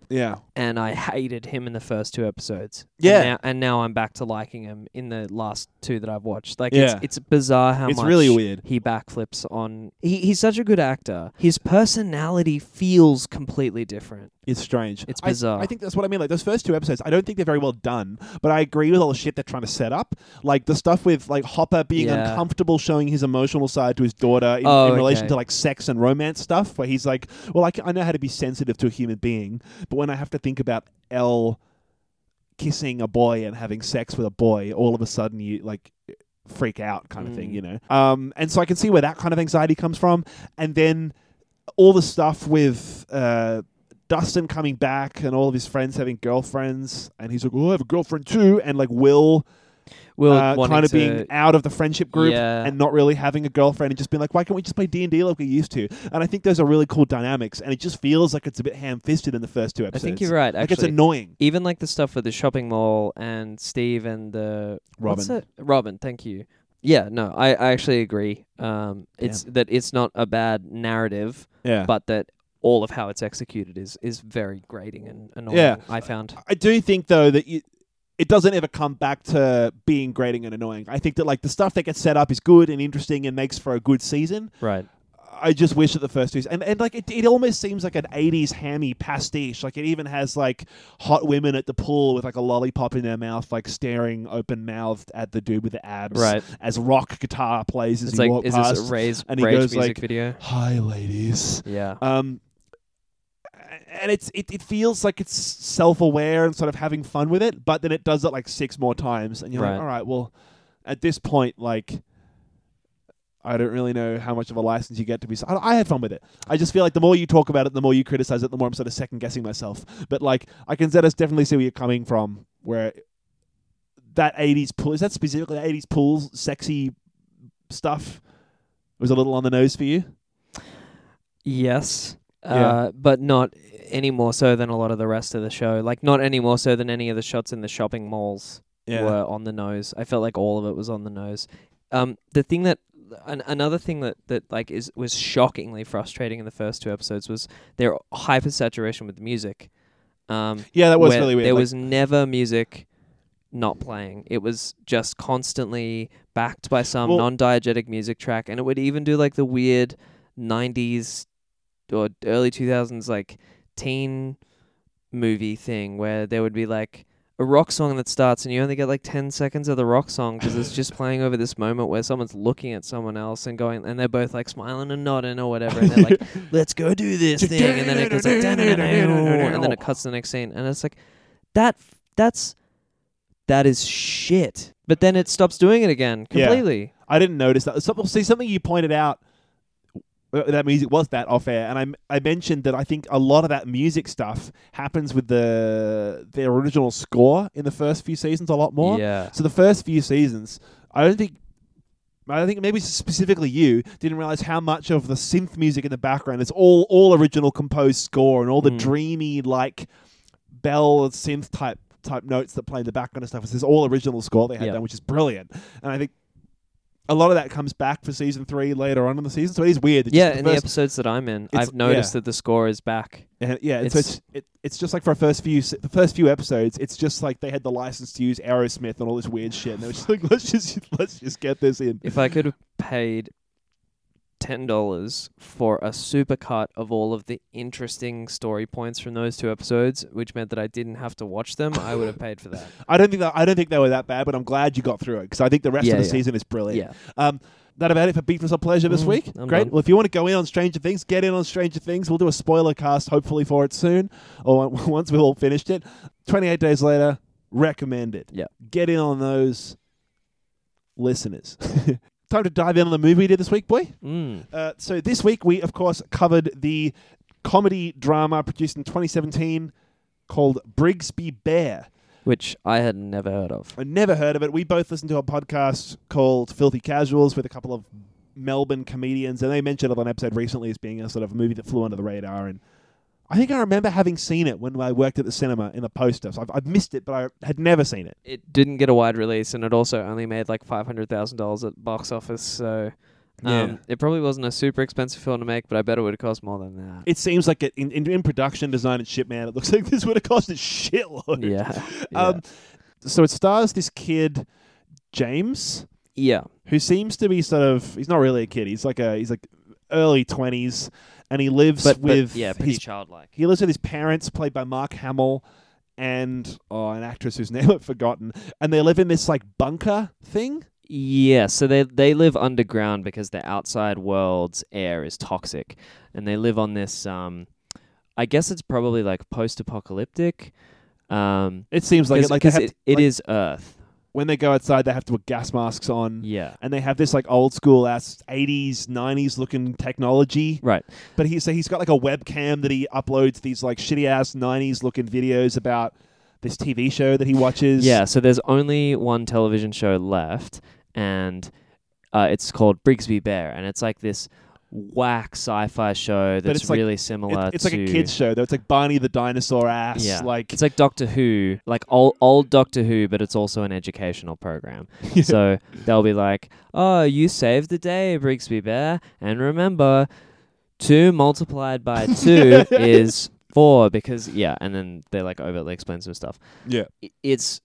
S3: Yeah,
S2: and I hated him in the first two episodes.
S3: Yeah.
S2: and now, and now I'm back to liking him in the last two that I've watched. Like,
S3: Yeah.
S2: it's, it's bizarre how
S3: It's
S2: much
S3: really weird.
S2: he backflips on. He, he's such a good actor. His personality feels completely different.
S3: It's strange.
S2: It's
S3: I-
S2: bizarre.
S3: I, think that's what I mean. Like those first two episodes, I don't think they're very well done, but I agree with all the shit they're trying to set up. Like the stuff with like Hopper being
S2: Yeah.
S3: uncomfortable showing his emotional side to his daughter in,
S2: Oh,
S3: in relation
S2: okay.
S3: to like sex and romance stuff, where he's like, "Well, I, can, I know how to be sensitive to a human being, but when I have to think about L kissing a boy and having sex with a boy, all of a sudden you like." freak out kind of thing
S2: Mm.
S3: you know um and so i can see where that kind of anxiety comes from and then all the stuff with uh, Dustin coming back and all of his friends having girlfriends, and he's like, "Oh, I have a girlfriend too," and like Will,
S2: Will
S3: uh,
S2: wanting
S3: kind of
S2: to-
S3: being out of the friendship group
S2: Yeah.
S3: and not really having a girlfriend, and just being like, "Why can't we just play D and D like we used to?" And I think those are really cool dynamics, and it just feels like it's a bit ham-fisted in the first two
S2: I
S3: episodes.
S2: think you're right.
S3: Like
S2: Actually,
S3: it's annoying.
S2: even like the stuff with the shopping mall and Steve and the what's
S3: Robin.
S2: it? Robin, thank you. Yeah, no, I, I actually agree. Um, it's that it's not a bad narrative,
S3: Yeah,
S2: but that all of how it's executed is is very grating and annoying.
S3: Yeah. Uh,
S2: I found.
S3: I do think though that you, it doesn't ever come back to being grating and annoying. I think that like the stuff that gets set up is good and interesting and makes for a good season.
S2: Right.
S3: I just wish that the first two and, and like it, it almost seems like an 80s hammy pastiche like it even has like hot women at the pool with like a lollipop in their mouth like staring open mouthed at the dude with the abs
S2: Right.
S3: as rock guitar plays as
S2: It's
S3: he
S2: like
S3: walks
S2: is
S3: past
S2: this a Ray's
S3: and he
S2: Rage
S3: goes like-
S2: music video?
S3: hi ladies
S2: Yeah.
S3: um and it's it, it feels like it's self-aware and sort of having fun with it but then it does it like six more times and you're
S2: Right.
S3: like all right well at this point like I don't really know how much of a license you get to be. s- I, I had fun with it. I just feel like the more you talk about it, the more you criticize it, the more I'm sort of second guessing myself. But like, I can sort of definitely see where you're coming from. Where that '80s pool is that specifically the '80s pools sexy stuff was a little on the nose for you.
S2: Yes.
S3: Yeah.
S2: Uh, but not any more so than a lot of the rest of the show. Like not any more so than any of the shots in the shopping malls. were on the nose. I felt like all of it was on the nose. Um, the thing that an, another thing that, that like is was shockingly frustrating in the first two episodes was their hypersaturation with music. Um,
S3: yeah, that was
S2: where
S3: really weird.
S2: There
S3: Like-
S2: was never music not playing. It was just constantly backed by some
S3: Well-
S2: non-diegetic music track, and it would even do like the weird '90s or early 2000s like teen movie thing where there would be like a rock song that starts and you only get like 10 seconds of the rock song because it's just playing over this moment where someone's looking at someone else and going and they're both like smiling and nodding or whatever and they're like let's go do this thing and then it goes like and then it cuts to the next scene and it's like that that's that is shit but then it stops doing it again
S3: Yeah.
S2: completely
S3: I didn't notice that. Some, see, something you pointed out uh, that music was that off air, and I, I mentioned that I think a lot of that music stuff happens with the their original score in the first few seasons a lot more.
S2: yeah
S3: So the first few seasons, I don't think. I think maybe specifically you didn't realize how much of the synth music in the background is all all original composed score and all the
S2: Mm.
S3: dreamy like bell and synth type type notes that play in the background and stuff. It's this all original score they had
S2: Yeah.
S3: done, which is brilliant. And I think a lot of that comes back for season three later on in the season. So it is weird. that just
S2: yeah
S3: the
S2: in the
S3: first-
S2: episodes that i'm in
S3: It's-
S2: i've noticed
S3: yeah.
S2: that the score is back
S3: and yeah, it's, so
S2: It's-
S3: it's it, it's just like for our first few se- the first few episodes, it's just like they had the license to use Aerosmith and all this weird shit, and they were just like, let's just let's just get this in.
S2: If I could have paid ten dollars for a supercut of all of the interesting story points from those two episodes, which meant that I didn't have to watch them, I would have paid for that.
S3: I don't think that I don't think they were that bad, but I'm glad you got through it because I think the rest
S2: Yeah,
S3: of the
S2: yeah.
S3: season is brilliant.
S2: yeah.
S3: Um, that about it for Beat for Some Pleasure this
S2: Mm,
S3: week.
S2: I'm
S3: Great.
S2: done.
S3: Well, if you want to go in on Stranger Things, get in on Stranger Things. We'll do a spoiler cast hopefully for it soon, or on- once we've all finished it. 28 days later, recommended.
S2: Yeah.
S3: Get in on those listeners. Time to dive in on the movie we did this week, boy.
S2: Mm.
S3: Uh, so this week we of course covered the comedy drama produced in 2017 called Brigsby Bear.
S2: Which I had never heard of.
S3: I never heard of it. We both listened to a podcast called Filthy Casuals with a couple of Melbourne comedians, and they mentioned it on an episode recently as being a sort of movie that flew under the radar. And I think I remember having seen it when I worked at the cinema in the poster. So I've, I've missed it, but I had never seen it.
S2: It didn't get a wide release and it also only made like five hundred thousand dollars at box office, so Um,
S3: Yeah.
S2: It probably wasn't a super expensive film to make, but I bet it would have cost more than that.
S3: It seems like it, in, in, in production design and shit, man, it looks like this would have cost a shitload.
S2: yeah. Yeah.
S3: Um, so it stars this kid, James,
S2: yeah.
S3: who seems to be sort of he's not really a kid. He's like a he's like early twenties, and he lives
S2: But, but
S3: with
S2: yeah, pretty
S3: his
S2: childlike.
S3: he lives with his parents, played by Mark Hamill, and oh, an actress whose name I've forgotten. And they live in this like bunker thing.
S2: Yeah, so they they live underground because the outside world's air is toxic, and they live on this. Um, I guess it's probably like post-apocalyptic. Um,
S3: It seems like
S2: 'cause-
S3: it, like, they
S2: 'cause
S3: have
S2: it,
S3: to-
S2: it
S3: like,
S2: is Earth.
S3: when they go outside, they have to put gas masks on.
S2: Yeah,
S3: And they have this like old school ass eighties, nineties looking technology.
S2: right.
S3: But he so he's got like a webcam that he uploads these like shitty ass nineties looking videos about this TV show that he watches.
S2: Yeah, so there's only one television show left, and uh, it's called Brigsby Bear, and it's like this whack sci-fi show that's
S3: it's like-
S2: really
S3: It-
S2: similar.
S3: it's like a
S2: to-
S3: kids show though. It's like Barney the dinosaur ass.
S2: Yeah.
S3: Like
S2: It's like Doctor Who, like old old Doctor Who, but it's also an educational program. So they'll be like, "Oh, you saved the day, Brigsby Bear, and remember, two multiplied by two is four because yeah." And then they like overtly explain some stuff.
S3: yeah.
S2: I- It's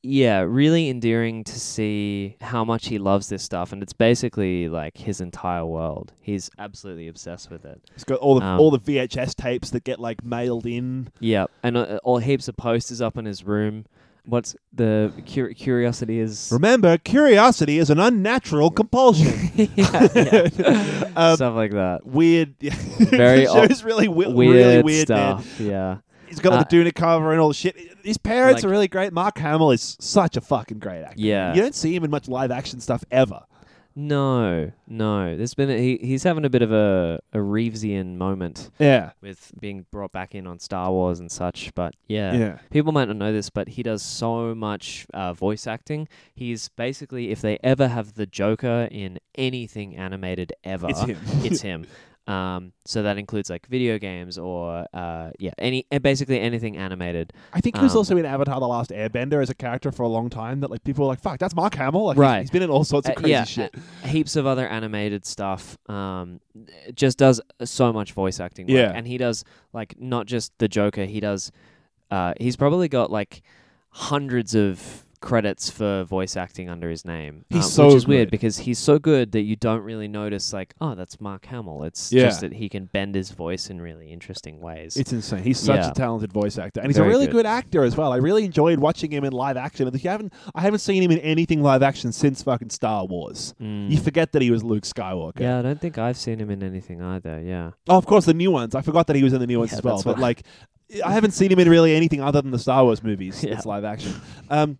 S2: yeah, really endearing to see how much he loves this stuff, and it's basically like his entire world. He's absolutely obsessed with it.
S3: It's got all the
S2: Um,
S3: all the VHS tapes that get like mailed in.
S2: Yeah, and uh, all heaps of posters up in his room. What's the cur- curiosity is?
S3: Remember, curiosity is an unnatural compulsion.
S2: yeah, yeah.
S3: Um,
S2: stuff like that.
S3: weird.
S2: Very
S3: the show's really wi-
S2: Weird,
S3: really weird, man.
S2: stuff. Yeah,
S3: He's got all the Duna cover and all the shit. His parents
S2: Like-
S3: are really great. Mark Hamill is such a fucking great actor.
S2: Yeah.
S3: You don't see him in much live action stuff ever.
S2: no, no. There's been a, he, he's having a bit of a a Reevesian moment
S3: Yeah.
S2: with being brought back in on Star Wars and such. But
S3: Yeah.
S2: yeah, people might not know this, but he does so much uh, voice acting. He's basically if they ever have the Joker in anything animated ever,
S3: It's him.
S2: it's him. Um, so that includes like video games or uh, yeah, any uh, basically anything animated.
S3: I think he was
S2: Um,
S3: also in Avatar The Last Airbender as a character for a long time that like people were like, fuck, that's Mark Hamill. Like,
S2: Right.
S3: He's, he's been in all sorts of
S2: Uh,
S3: crazy
S2: yeah,
S3: shit.
S2: Heaps of other animated stuff. Um, it just does uh, so much voice acting. Work.
S3: Yeah.
S2: and he does like not just the Joker. He does. Uh, he's probably got like hundreds of credits for voice acting under his name.
S3: He's
S2: um,
S3: so
S2: which is weird
S3: good.
S2: because he's so good that you don't really notice like, oh, that's Mark Hamill. It's
S3: Yeah.
S2: just that he can bend his voice in really interesting ways.
S3: It's insane. He's such
S2: Yeah.
S3: a talented voice actor, and he's
S2: Very
S3: a really
S2: good.
S3: good. actor as well. I really enjoyed watching him in live action. And if you haven't, I haven't seen him in anything live action since fucking Star Wars.
S2: Mm.
S3: You forget that he was Luke Skywalker.
S2: Yeah, I don't think I've seen him in anything either. Yeah.
S3: Oh, of course, the new ones. I forgot that he was in the new ones
S2: Yeah,
S3: as well.
S2: that's
S3: But
S2: why.
S3: like, I haven't seen him in really anything other than the Star Wars movies.
S2: Yeah.
S3: It's live action. Um,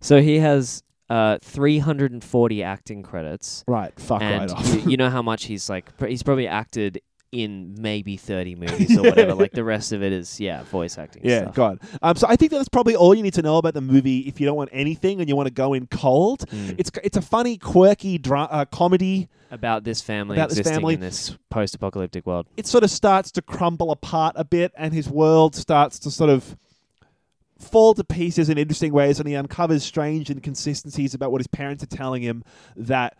S2: So he has uh, 340 acting credits.
S3: right, fuck
S2: and
S3: right off.
S2: You, you know how much he's like, pr- he's probably acted in maybe 30 movies or whatever. Like the rest of it is, yeah, voice acting.
S3: Yeah,
S2: stuff.
S3: God. Um, so I think that's probably all you need to know about the movie if you don't want anything and you want to go in cold.
S2: Mm.
S3: It's it's a funny, quirky dra- uh, comedy.
S2: About this family
S3: About this
S2: existing
S3: family.
S2: in this post apocalyptic world.
S3: It sort of starts to crumble apart a bit, and his world starts to sort of fall to pieces in interesting ways. And he uncovers strange inconsistencies about what his parents are telling him that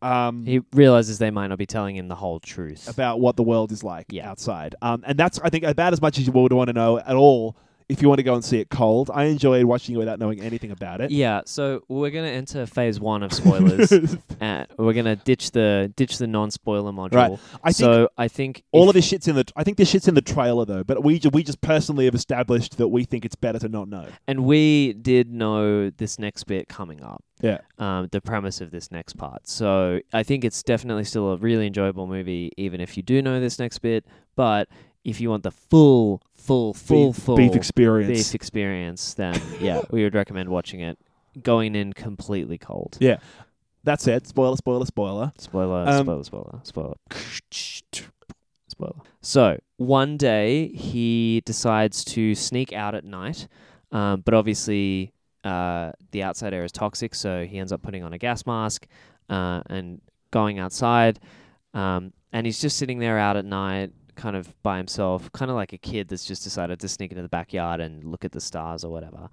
S3: um,
S2: He realizes they might not be telling him the whole truth.
S3: about what the world is like
S2: Yeah.
S3: outside. Um, and that's, I think, about as much as you would want to know at all if you want to go and see it cold. I enjoyed watching it without knowing anything about it.
S2: yeah, so we're gonna enter phase one of spoilers. uh, we're gonna ditch the ditch the non spoiler module.
S3: Right. I think
S2: so I think
S3: all
S2: if-
S3: of this shit's in the. I think this shit's in the trailer though. But we ju- we just personally have established that we think it's better to not know.
S2: And we did know this next bit coming up.
S3: Yeah.
S2: Um, the premise of this next part. So I think it's definitely still a really enjoyable movie, even if you do know this next bit. But if you want the full, full, full,
S3: beef,
S2: full
S3: beef experience.
S2: beef experience, then yeah, we would recommend watching it. Going in completely cold.
S3: Yeah. That's it. Spoiler, spoiler, spoiler.
S2: Spoiler,
S3: Um,
S2: spoiler, spoiler, spoiler. Spoiler. So one day he decides to sneak out at night, um, but obviously uh, the outside air is toxic, so he ends up putting on a gas mask uh, and going outside. Um, and he's just sitting there out at night, kind of by himself, kind of like a kid that's just decided to sneak into the backyard and look at the stars or whatever.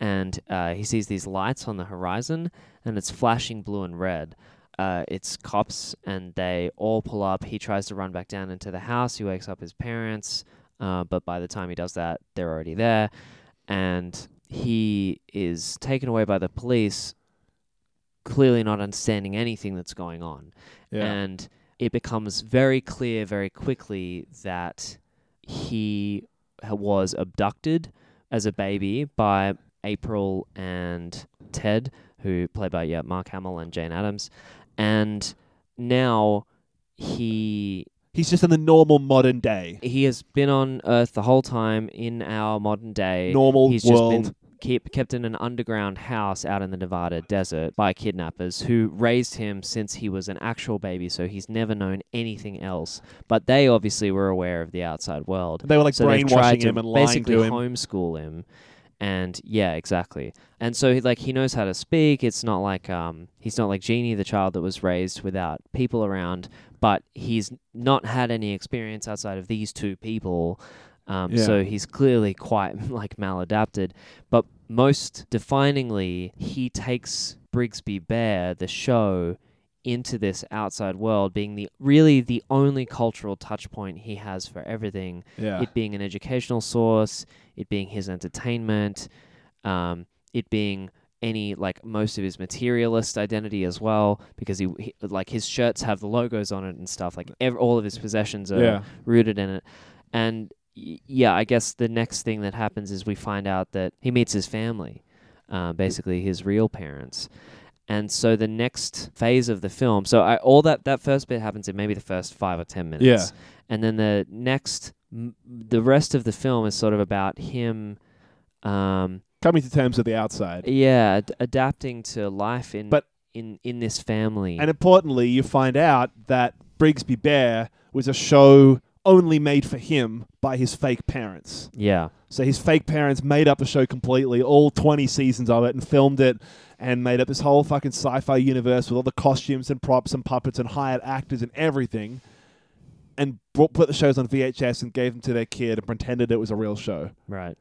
S2: And uh, he sees these lights on the horizon, and it's flashing blue and red. uh, it's cops and they all pull up. He tries to run back down into the house. He wakes up his parents, uh, but by the time he does that, they're already there. And he is taken away by the police, clearly not understanding anything that's going on
S1: Yeah.
S2: and it becomes very clear very quickly that he ha- was abducted as a baby by April and Ted, who played by yeah Mark Hamill and Jane Addams, and now he
S3: He's just in the normal modern day,
S2: he has been on Earth the whole time in our modern day.
S3: normal
S2: He's
S3: world.
S2: just been keep, kept in an underground house out in the Nevada desert by kidnappers who raised him since he was an actual baby, so he's never known anything else. But they obviously were aware of the outside world.
S3: they were like
S2: so they've
S3: brainwashing
S2: tried to
S3: him and lying
S2: basically
S3: to him.
S2: homeschool him. And yeah, exactly. And so he, like he knows how to speak. It's not like um he's not like Genie, the child that was raised without people around, but he's not had any experience outside of these two people. Um,
S1: Yeah.
S2: So he's clearly quite like maladapted. But most definingly, he takes Brigsby Bear, the show, into this outside world, being the really the only cultural touch point he has for everything
S1: yeah.
S2: it being an educational source, it being his entertainment, um, it being any like most of his materialist identity as well, because he, he like his shirts have the logos on it and stuff. Like ev- all of his possessions are
S1: yeah.
S2: rooted in it, and y- yeah, I guess the next thing that happens is we find out that he meets his family, uh, basically his real parents. And so the next phase of the film, so I, all that that first bit happens in maybe the first five or ten minutes
S1: Yeah.
S2: and then the next m- the rest of the film is sort of about him um
S1: Coming to terms with the outside.
S2: yeah ad- adapting to life in
S3: But-
S2: in in this family
S3: And importantly, you find out that Brigsby Bear was a show only made for him by his fake parents.
S2: yeah
S3: So his fake parents made up the show completely, all 20 seasons of it, and filmed it and made up this whole fucking sci fi universe with all the costumes and props and puppets and hired actors and everything. And brought, put the shows on VHS and gave them to their kid and pretended it was a real show.
S2: right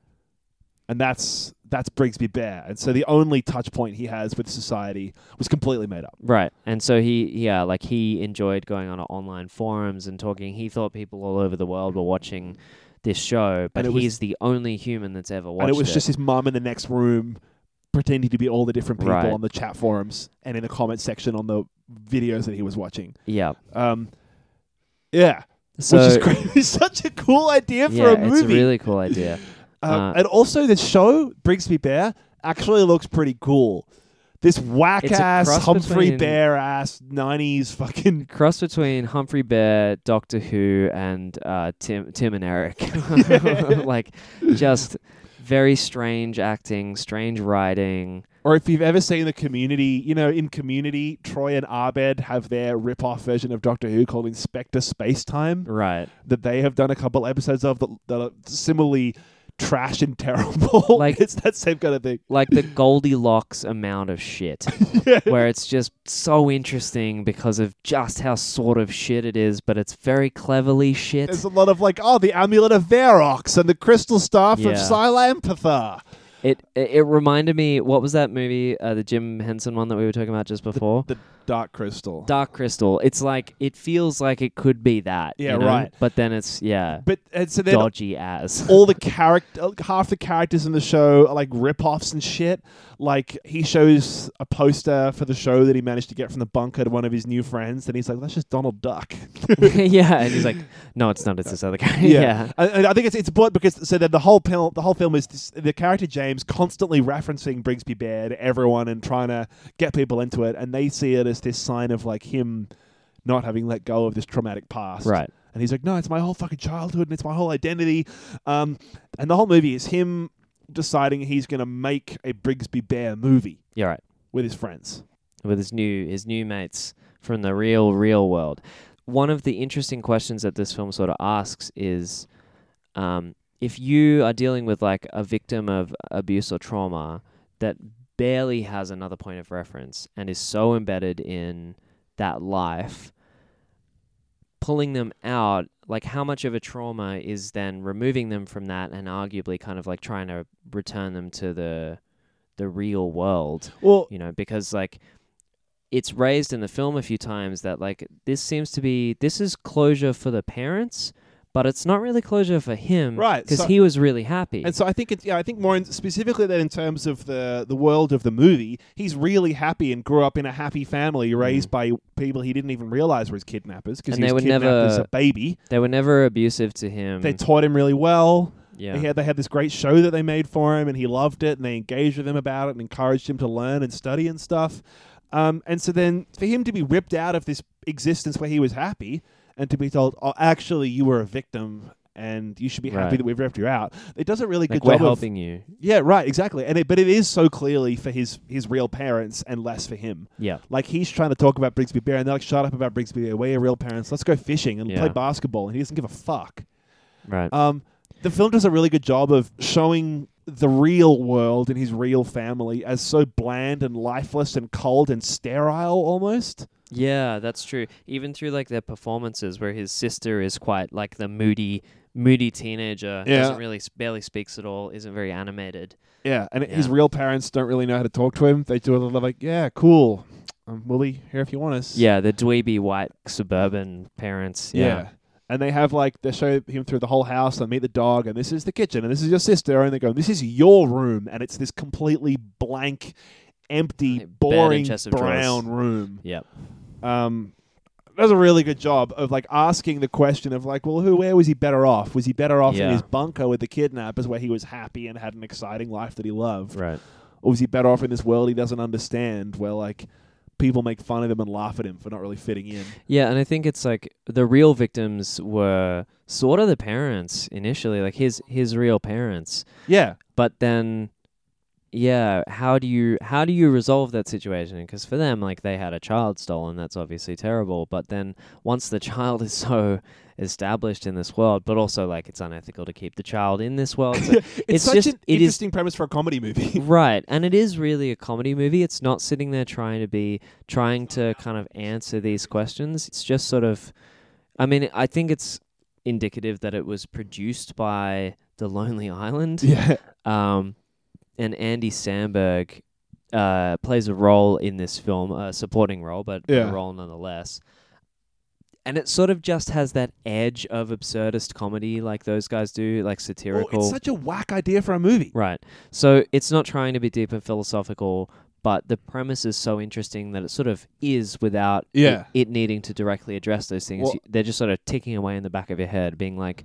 S3: And that's that's Brigsby Bear. And so the only touch point he has with society was completely made up.
S2: right and so he yeah like he enjoyed going on online forums and talking he thought people all over the world were watching this show but
S3: it was-
S2: he's the only human that's ever watched
S3: and it was just his mum in the next room pretending to be all the different people
S2: Right.
S3: on the chat forums and in the comment section on the videos that he was watching.
S2: yeah
S3: Um, yeah,
S2: so
S3: which is crazy. such a cool idea for
S2: yeah
S3: a movie.
S2: it's a really cool idea
S3: um,
S2: uh,
S3: and also, the show Brigsby Bear actually looks pretty cool. This whack
S2: It's a
S3: ass
S2: cross
S3: Humphrey
S2: between-
S3: Bear ass '90s fucking
S2: cross between Humphrey Bear, Doctor Who, and uh, Tim Tim and Eric. like just very strange acting, strange writing.
S3: Or if you've ever seen the community, you know, in community, Troy and Abed have their rip off version of Doctor Who called Inspector Spacetime
S2: Right.
S3: that they have done a couple episodes of that, that are similarly trash and terrible.
S2: Like-
S3: it's that same kind of thing.
S2: Like the Goldilocks amount of shit. Where it's just so interesting because of just how sort of shit it is, but it's very cleverly shit.
S3: There's a lot of like, oh, the amulet of Verox and the crystal staff
S2: Yeah.
S3: of Silampathar.
S2: It, it it reminded me what was that movie, uh, the Jim Henson one that we were talking about just before?
S3: The dark crystal.
S2: Dark Crystal. It's like it feels like it could be that.
S3: Yeah,
S2: you know?
S3: right.
S2: But then it's yeah.
S3: but and so then
S2: dodgy as.
S3: all the character half the characters in the show are like rip-offs and shit like he shows a poster for the show that he managed to get from the bunker to one of his new friends and he's like that's just donald duck
S2: yeah, and he's like, no, it's not. It's this other guy. yeah.
S3: And- and i think it's it's important because so that the whole film the whole film is this, the character james constantly referencing brigsby bear to everyone and trying to get people into it and they see it as this sign of like him not having let go of this traumatic past
S2: Right.
S3: and he's like, no, it's my whole fucking childhood and it's my whole identity. Um, and the whole movie is him deciding he's going to make a Brigsby Bear movie
S2: You're right.
S3: with his friends.
S2: With his new his new mates from the real real world. One of the interesting questions that this film sort of asks is, um, if you are dealing with like a victim of abuse or trauma that barely has another point of reference and is so embedded in that life, pulling them out, like how much of a trauma is then removing them from that and arguably kind of like trying to return them to the the real world,
S3: Well,
S2: you know, because like it's raised in the film a few times that like this seems to be this is closure for the parents, but it's not really closure for him,
S3: Right,
S2: Because
S3: so-
S2: he was really happy.
S3: And so I think it's yeah, I think more in, specifically that in terms of the the world of the movie, he's really happy and grew up in a happy family raised by people he didn't even realize were his kidnappers because
S2: Mm. And
S3: he
S2: they
S3: was
S2: were
S3: kidnapped
S2: never-
S3: as a baby.
S2: they were never abusive to him.
S3: They taught him really well.
S2: yeah,
S3: They had they had this great show that they made for him, and he loved it. And they engaged with him about it and encouraged him to learn and study and stuff. Um, and so then for him to be ripped out of this existence where he was happy and to be told, "Oh, actually, you were a victim." And you should be happy
S2: Right.
S3: that we've ripped you out. It does a really
S2: like
S3: good
S2: we're
S3: job of
S2: helping you.
S3: yeah, right, exactly. And it, but it is so clearly for his his real parents and less for him.
S2: Yeah,
S3: Like he's trying to talk about Brigsby Bear, and they're like, "Shut up about Brigsby Bear. We're your real parents. Let's go fishing and
S2: Yeah.
S3: play basketball." And he doesn't give a fuck.
S2: right.
S3: Um, the film does a really good job of showing the real world and his real family as so bland and lifeless and cold and sterile almost.
S2: Yeah, that's true. Even through like their performances, where his sister is quite like the moody, moody teenager,
S3: Yeah.
S2: doesn't really s- barely speaks at all, isn't very animated.
S3: Yeah, and
S2: Yeah.
S3: his real parents don't really know how to talk to him. They do a little like, "Yeah, cool. Um, we'll be here if you want us."
S2: Yeah, the dweeby white suburban parents.
S3: Yeah.
S2: Yeah,
S3: And they have like they show him through the whole house and meet the dog and this is the kitchen and this is your sister and they go this is your room and it's this completely blank, empty,
S2: Bed and
S3: boring
S2: chest of
S3: brown room.
S2: Yep.
S3: Um, does a really good job of like asking the question of like, well, who where was he better off? Was he better off in
S2: Yeah.
S3: his bunker with the kidnappers where he was happy and had an exciting life that he loved,
S2: right.
S3: or was he better off in this world he doesn't understand where like people make fun of him and laugh at him for not really fitting in?
S2: Yeah, and I think it's like the real victims were sort of the parents initially, like his his real parents.
S3: Yeah.
S2: But then, yeah, how do you how do you resolve that situation? Because for them, like they had a child stolen, that's obviously terrible. But then once the child is so established in this world, but also like it's unethical to keep the child in this world. So
S3: It's,
S2: It's
S3: such
S2: just-
S3: an
S2: it is-
S3: interesting premise for a comedy movie.
S2: Right, and it is really a comedy movie. It's not sitting there trying to be trying to kind of answer these questions. It's just sort of I mean, I think it's indicative that it was produced by The Lonely Island.
S3: yeah.
S2: Um and Andy Samberg uh plays a role in this film, a supporting role, but
S3: Yeah.
S2: a role nonetheless. And it sort of just has that edge of absurdist comedy like those guys do, like
S3: Oh,
S2: satirical.
S3: it's such a whack idea for a movie.
S2: Right. So it's not trying to be deep and philosophical, but the premise is so interesting that it sort of is without it-
S3: Yeah.
S2: it, needing to directly address those things.
S3: Well-
S2: You- They're just sort of ticking away in the back of your head, being like,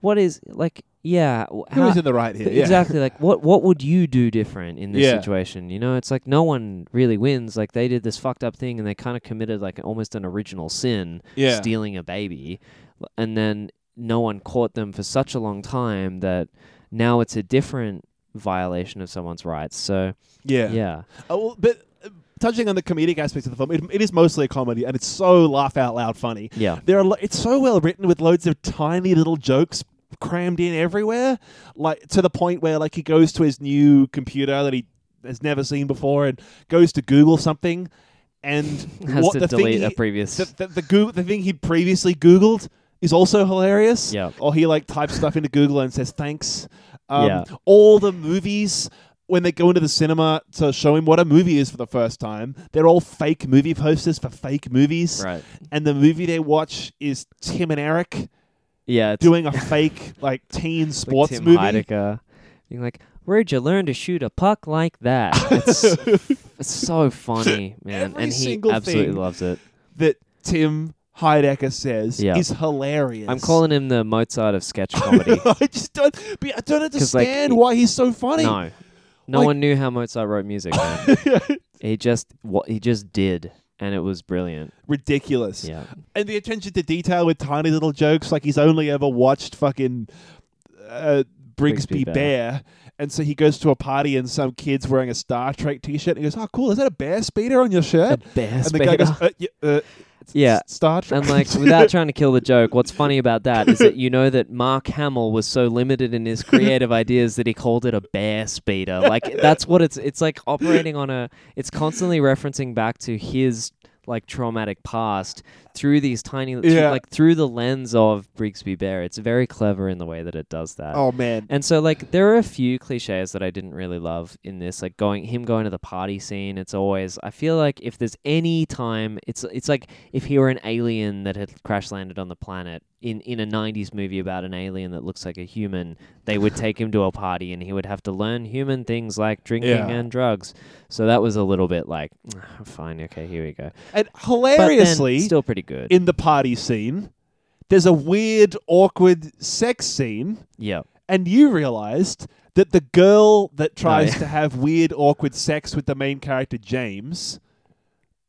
S2: "What is like? Yeah, w-
S3: Who
S2: how-
S3: is in the right here?
S2: th- exactly. Like, what what would you do different in this
S3: Yeah.
S2: situation? You know, it's like no one really wins. Like they did this fucked up thing, and they kind of committed like almost an original sin,
S3: Yeah. Yeah.
S2: stealing a baby, and then no one caught them for such a long time that now it's a different violation of someone's rights. So
S3: yeah.
S2: yeah,
S3: Oh, well, but uh, touching on the comedic aspects of the film, it, it is mostly a comedy, and it's so laugh out loud funny.
S2: yeah,
S3: There are lo- it's so well written with loads of tiny little jokes crammed in everywhere, like to the point where like he goes to his new computer that he has never seen before and goes to Google something, and
S2: has
S3: what
S2: to
S3: the
S2: delete
S3: thing
S2: a
S3: he-
S2: previous.
S3: the, the, the, Google, the thing he'd previously Googled is also hilarious.
S2: Yep.
S3: Or he like types stuff into Google and says thanks. Um,
S2: Yeah.
S3: All the movies when they go into the cinema to show him what a movie is for the first time, they're all fake movie posters for fake movies.
S2: Right.
S3: And the movie they watch is Tim and Eric
S2: Yeah. It's
S3: doing a fake like teen
S2: like
S3: sports
S2: Tim
S3: movie.
S2: Heidecker being like, "Where'd you learn to shoot a puck like that?" It's, it's so funny, man,
S3: Every
S2: and he
S3: single
S2: absolutely
S3: thing.
S2: loves it.
S3: That Tim Heidecker says
S2: Yeah.
S3: is hilarious.
S2: I'm calling him the Mozart of sketch comedy.
S3: I just don't. but I don't
S2: 'Cause, like,
S3: understand why he's so funny.
S2: no, no
S3: Like-
S2: one knew how Mozart wrote music. Man. he just what he just did, and it was brilliant.
S3: Ridiculous.
S2: Yeah.
S3: and the attention to detail with tiny little jokes like he's only ever watched fucking uh, Brigsby
S2: Brigsby
S3: Bear.
S2: Bear.
S3: and so he goes to a party and some kid's wearing a Star Trek T-shirt and he goes, "Oh, cool! Is that a bear speeder on your shirt?"
S2: Bear
S3: and the guy goes,
S2: Spader.
S3: uh, y- uh, it's
S2: Yeah.
S3: Star Trek."
S2: And like without trying to kill the joke, what's funny about that is that you know that Mark Hamill was so limited in his creative ideas that he called it a bear speeder. Like that's what it's it's like operating on a it's constantly referencing back to his like traumatic past through these tiny,
S3: Yeah.
S2: through, like through the lens of Brigsby Bear. It's very clever in the way that it does that.
S3: Oh man.
S2: And so like there are a few cliches that I didn't really love in this, like going him going to the party scene. It's always I feel like if there's any time, it's it's like if he were an alien that had crash landed on the planet in in a '90s movie about an alien that looks like a human, they would take him to a party and he would have to learn human things like drinking
S3: Yeah.
S2: and drugs. So that was a little bit like, "Ah, fine, okay, here we go.
S3: And
S2: But then
S3: hilariously,
S2: still pretty good.
S3: in the party scene, there's a weird, awkward sex scene,
S2: yeah,
S3: and you realized that the girl that tries
S2: yeah.
S3: to have weird, awkward sex with the main character James,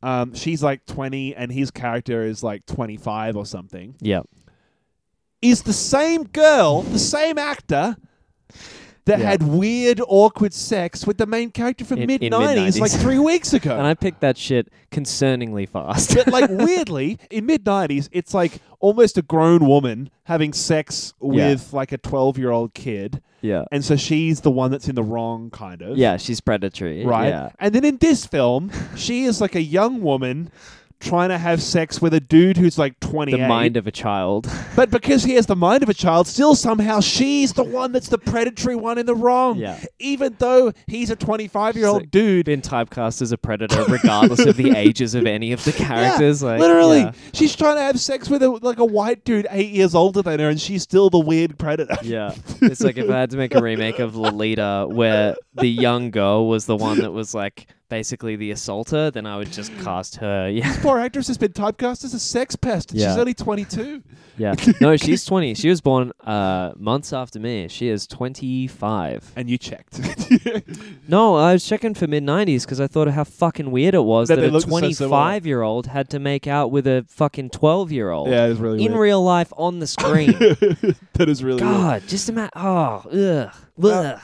S3: um, she's like 20, and his character is like 25 or something,
S2: yeah.
S3: is the same girl, the same actor. That
S2: Yeah.
S3: had weird, awkward sex with the main character from
S2: In- in
S3: mid nineties, like
S2: mid-nineties.
S3: three weeks ago.
S2: And I picked that shit concerningly fast.
S3: but like weirdly, in mid nineties, it's like almost a grown woman having sex with like a twelve year old kid,
S2: yeah.
S3: and so she's the one that's in the wrong kind of
S2: Yeah, she's predatory.
S3: right.
S2: Yeah.
S3: And then in this film, she is like a young woman trying to have sex with a dude who's like twenty
S2: The
S3: eight,
S2: mind of a child.
S3: but because he has the mind of a child, still somehow she's the one that's the predatory one in the wrong,
S2: Yeah.
S3: even though he's a twenty five year old
S2: Sick.
S3: dude.
S2: Been typecast as a predator regardless of the ages of any of the characters. like
S3: literally,
S2: Yeah.
S3: she's trying to have sex with a, like a white dude eight years older than her, and she's still the weird predator.
S2: Yeah. It's like if I had to make a remake of Lolita where the young girl was the one that was like basically the assaulter, then I would just cast her. Yeah.
S3: Poor actress has been typecast as a sex pest. and
S2: Yeah.
S3: She's only twenty two.
S2: Yeah. No, she's twenty. She was born uh months after me. She is twenty five.
S3: And you checked
S2: No, I was checking for mid nineties because I thought of how fucking weird it was
S3: That
S2: that,
S3: they
S2: a
S3: looked so similar.
S2: twenty five year old had to make out with a fucking twelve year old.
S3: Yeah, it was really
S2: in
S3: weird.
S2: real life on the screen.
S3: that is really weird.
S2: God, just imagine. Oh, ugh, ugh.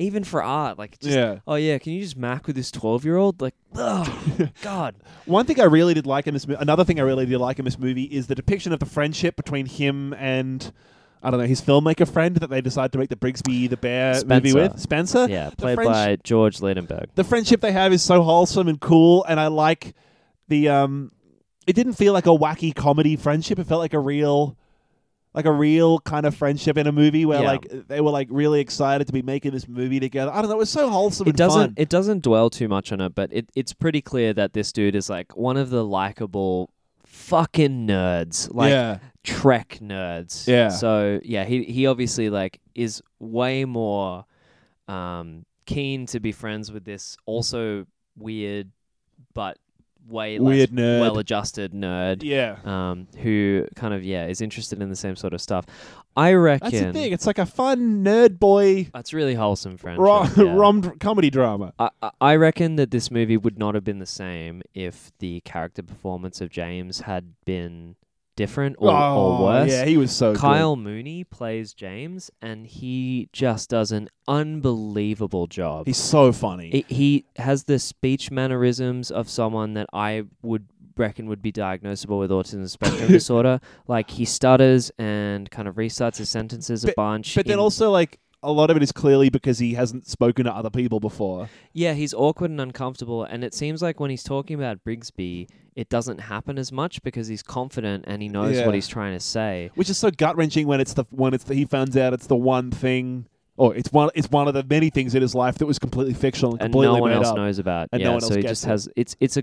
S2: Even for art, like just.
S3: Yeah.
S2: Oh yeah, can you just mac with this twelve-year-old? Like, ugh, God.
S3: One thing I really did like in this, mo- another thing I really did like in this movie is the depiction of the friendship between him and. I don't know his filmmaker friend that they decide to make the Brigsby the Bear movie
S2: Spencer.
S3: with Spencer.
S2: Yeah,
S3: The
S2: played
S3: friendship-
S2: by George Ladenburg.
S3: the friendship they have is so wholesome and cool and i like the um it didn't feel like a wacky comedy friendship it felt like a real like a real kind of friendship in a movie where
S2: Yeah.
S3: like they were like really excited to be making this movie together i don't know it was so wholesome
S2: It
S3: and
S2: doesn't.
S3: fun
S2: It doesn't dwell too much on it, but it, it's pretty clear that this dude is like one of the likable fucking nerds. Like, Trek nerds.
S3: Yeah.
S2: So yeah, he he obviously like is way more um keen to be friends with this also weird but way
S3: Weird
S2: less
S3: nerd.
S2: well adjusted nerd.
S3: yeah
S2: Um, who kind of yeah is interested in the same sort of stuff. I reckon
S3: that's the thing it's like a fun nerd boy
S2: that's really wholesome friendship.
S3: rom,
S2: yeah.
S3: rom dr- comedy drama
S2: I, I- I reckon that this movie would not have been the same if the character performance of James had been different or,
S3: oh,
S2: or worse.
S3: yeah he was so good.
S2: Kyle Mooney plays James, and he just does an unbelievable job.
S3: he's so funny
S2: He- he has the speech mannerisms of someone that I would reckon would be diagnosable with autism spectrum disorder. Like he stutters and kind of restarts his sentences a
S3: But-
S2: bunch.
S3: but then
S2: in-
S3: also like a lot of it is clearly because he hasn't spoken to other people before
S2: yeah, he's awkward and uncomfortable, and it seems like when he's talking about Brigsby, it doesn't happen as much because he's confident and he knows
S3: Yeah.
S2: what he's trying to say.
S3: which is so gut wrenching when it's the when it's the, he finds out it's the one thing, or it's one it's one of the many things in his life that was completely fictional and,
S2: and
S3: completely
S2: no one
S3: made
S2: else
S3: up.
S2: knows about.
S3: And
S2: yeah,
S3: no one
S2: so
S3: else
S2: he
S3: gets
S2: just
S3: it.
S2: has it's it's a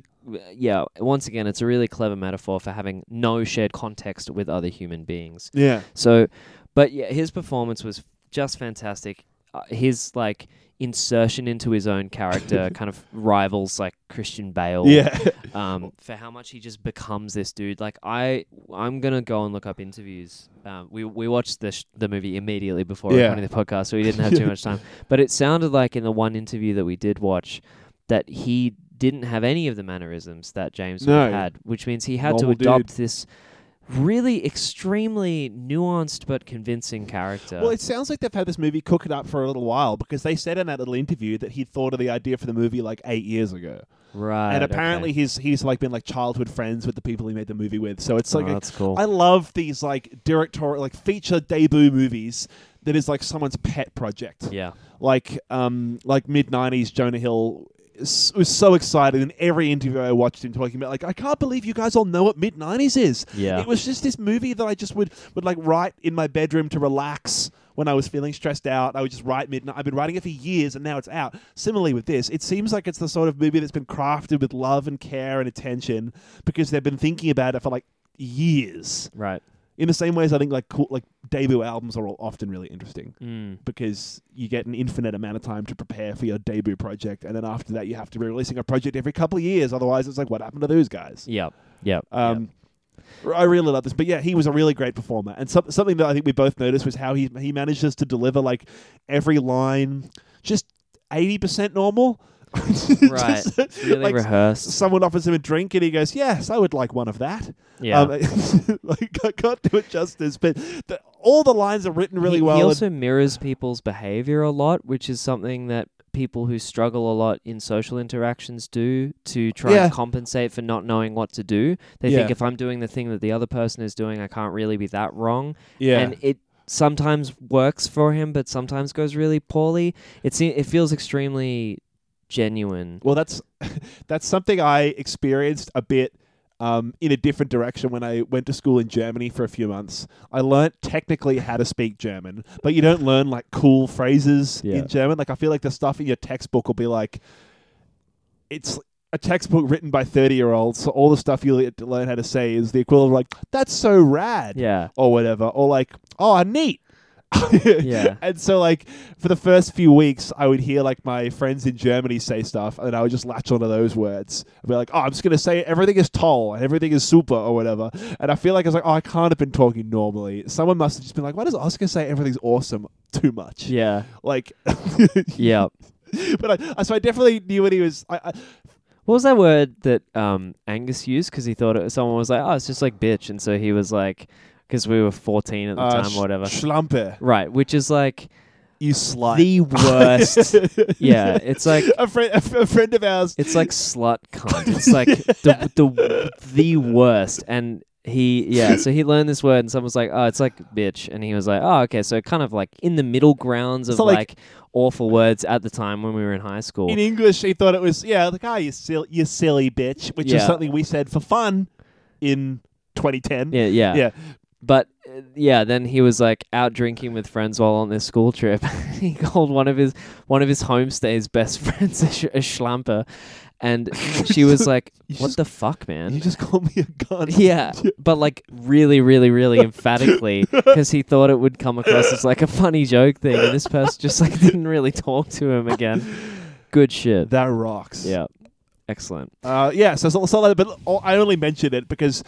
S2: yeah. Once again, it's a really clever metaphor for having no shared context with other human beings.
S3: Yeah,
S2: So, but yeah, his performance was just fantastic. Uh, his like insertion into his own character kind of rivals like Christian Bale.
S3: yeah,
S2: Um, for how much he just becomes this dude. Like I, I'm gonna go and look up interviews. Um, we we watched the sh- the movie immediately before
S3: Yeah.
S2: recording the podcast, so we didn't have too much time. But it sounded like in the one interview that we did watch, that he didn't have any of the mannerisms that James would have
S3: No.
S2: had, which means he had to
S3: Normal dude.
S2: adopt this really extremely nuanced but convincing character.
S3: Well, it sounds like they've had this movie cook it up for a little while because they said in that little interview that he thought of the idea for the movie like eight years ago,
S2: right,
S3: and
S2: okay.
S3: apparently he's he's like been like childhood friends with the people he made the movie with. So it's like
S2: oh, that's cool.
S3: I love these like directorial like feature debut movies that is like someone's pet project.
S2: yeah,
S3: like um like mid nineties Jonah Hill s- was so excited in every interview I watched him talking about, like, I can't believe you guys all know what mid '90s is.
S2: Yeah.
S3: it was just this movie that I just would would like write in my bedroom to relax when I was feeling stressed out. I would just write midnight. I've been writing it for years, and now it's out. Similarly with this, it seems like it's the sort of movie that's been crafted with love and care and attention because they've been thinking about it for like years.
S2: Right.
S3: In the same ways, I think like cool, like debut albums are all often really interesting
S2: Mm.
S3: because you get an infinite amount of time to prepare for your debut project, and then after that, you have to be releasing a project every couple of years. Otherwise, it's like, what happened to those guys?
S2: Yep. Yep.
S3: Um, I really love this, but yeah, he was a really great performer, and some, something that I think we both noticed was how he he manages to deliver like every line just eighty percent normal.
S2: yep. right. It's really
S3: like,
S2: rehearsed.
S3: Someone offers him a drink, and he goes, "Yes, I would like one of that."
S2: Yeah.
S3: Um, like I can't do it justice, but the, all the lines are written really
S2: he,
S3: well.
S2: He
S3: and-
S2: also mirrors people's behavior a lot, which is something that people who struggle a lot in social interactions do to try
S3: Yeah.
S2: and compensate for not knowing what to do. They think
S3: Yeah.
S2: if I'm doing the thing that the other person is doing, I can't really be that wrong.
S3: yeah,
S2: And it sometimes works for him, but sometimes goes really poorly. It se- it feels extremely genuine.
S3: Well, that's that's something I experienced a bit um, in a different direction when I went to school in Germany for a few months. I learnt technically how to speak German, but you don't learn like cool phrases
S1: Yeah.
S3: in German. Like I feel like the stuff in your textbook will be like it's a textbook written by 30 year olds so all the stuff you le- learn how to say is the equivalent of like that's so rad
S2: Yeah.
S3: or whatever, or like, oh, neat.
S2: Yeah.
S3: And so, like, for the first few weeks, I would hear like my friends in Germany say stuff, and I would just latch onto those words. I'd be like, oh, I'm just gonna say everything is toll and everything is super or whatever. And I feel like I was like, oh, I can't have been talking normally. Someone must have just been like, why does Oscar say everything's awesome too much?
S2: Yeah.
S3: Like,
S2: Yeah.
S3: but I, so I definitely knew what he was. I, I,
S2: What was that word that um, Angus used? Because he thought it was, someone was like, "Oh, it's just like bitch," and so he was like, "Because we were fourteen at the
S3: uh,
S2: time,
S3: sh-
S2: or whatever."
S3: Schlampe,
S2: right, which is like
S3: you slut.
S2: the worst. yeah, it's like
S3: a friend, a, f- a friend of ours.
S2: it's like slut cunt. It's like the the the worst. And he yeah, so he learned this word, and someone was like, "Oh, it's like bitch," and he was like, "Oh, okay." So kind of like in the middle grounds of
S3: So, like-
S2: like, awful words at the time when we were in high school.
S3: in English, he thought it was yeah, like ah, you silly, you silly bitch, which is
S2: Yeah.
S3: something we said for fun in 2010.
S2: yeah, yeah,
S3: yeah,
S2: But uh, yeah, then he was like out drinking with friends while on this school trip. he called one of his one of his homestay's best friends a, sh- a schlamper, and she was like,
S3: You
S2: "What
S3: just-
S2: the fuck,
S3: you
S2: man?"
S3: just called me a gun.
S2: Yeah, but like really, really, really emphatically because he thought it would come across as like a funny joke thing, and this person just like didn't really talk to him again. Good shit.
S3: That rocks.
S2: Yeah, excellent.
S3: uh, yeah. So, so, so like, but all- I only mentioned it because.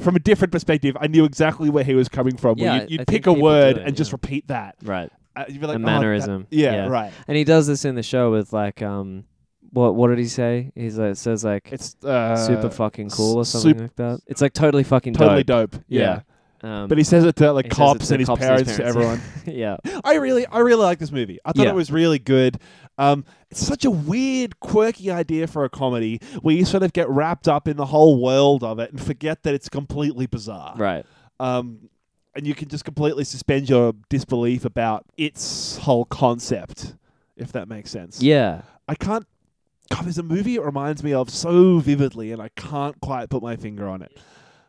S3: From a different perspective, I knew exactly where he was coming from. where
S2: Yeah,
S3: you'd, you'd
S2: I think
S3: pick a
S2: people do
S3: word
S2: it,
S3: and just
S2: yeah.
S3: repeat that.
S2: Right.
S3: Uh, you'd be like,
S2: A
S3: "Oh, that-
S2: mannerism,
S3: yeah,
S2: yeah.
S3: right.
S2: And he does this in the show with like um, what what did he say? He's like says like
S3: It's uh,
S2: super fucking cool or
S3: sup-
S2: something like that. It's like totally fucking
S3: totally
S2: dope.
S3: dope. Yeah.
S2: Yeah. Um,
S3: but he says it to like
S2: he says it
S3: cops
S2: to
S3: and his
S2: cops and
S3: parents,
S2: his
S3: to
S2: parents.
S3: everyone.
S2: yeah,
S3: I really, I really like this movie. I thought
S2: Yeah.
S3: it was really good. Um, it's such a weird, quirky idea for a comedy where you sort of get wrapped up in the whole world of it and forget that it's completely bizarre.
S2: right.
S3: Um, and you can just completely suspend your disbelief about its whole concept, if that makes sense.
S2: Yeah,
S3: I can't. God, there's a movie it reminds me of so vividly, and I can't quite put my finger on it.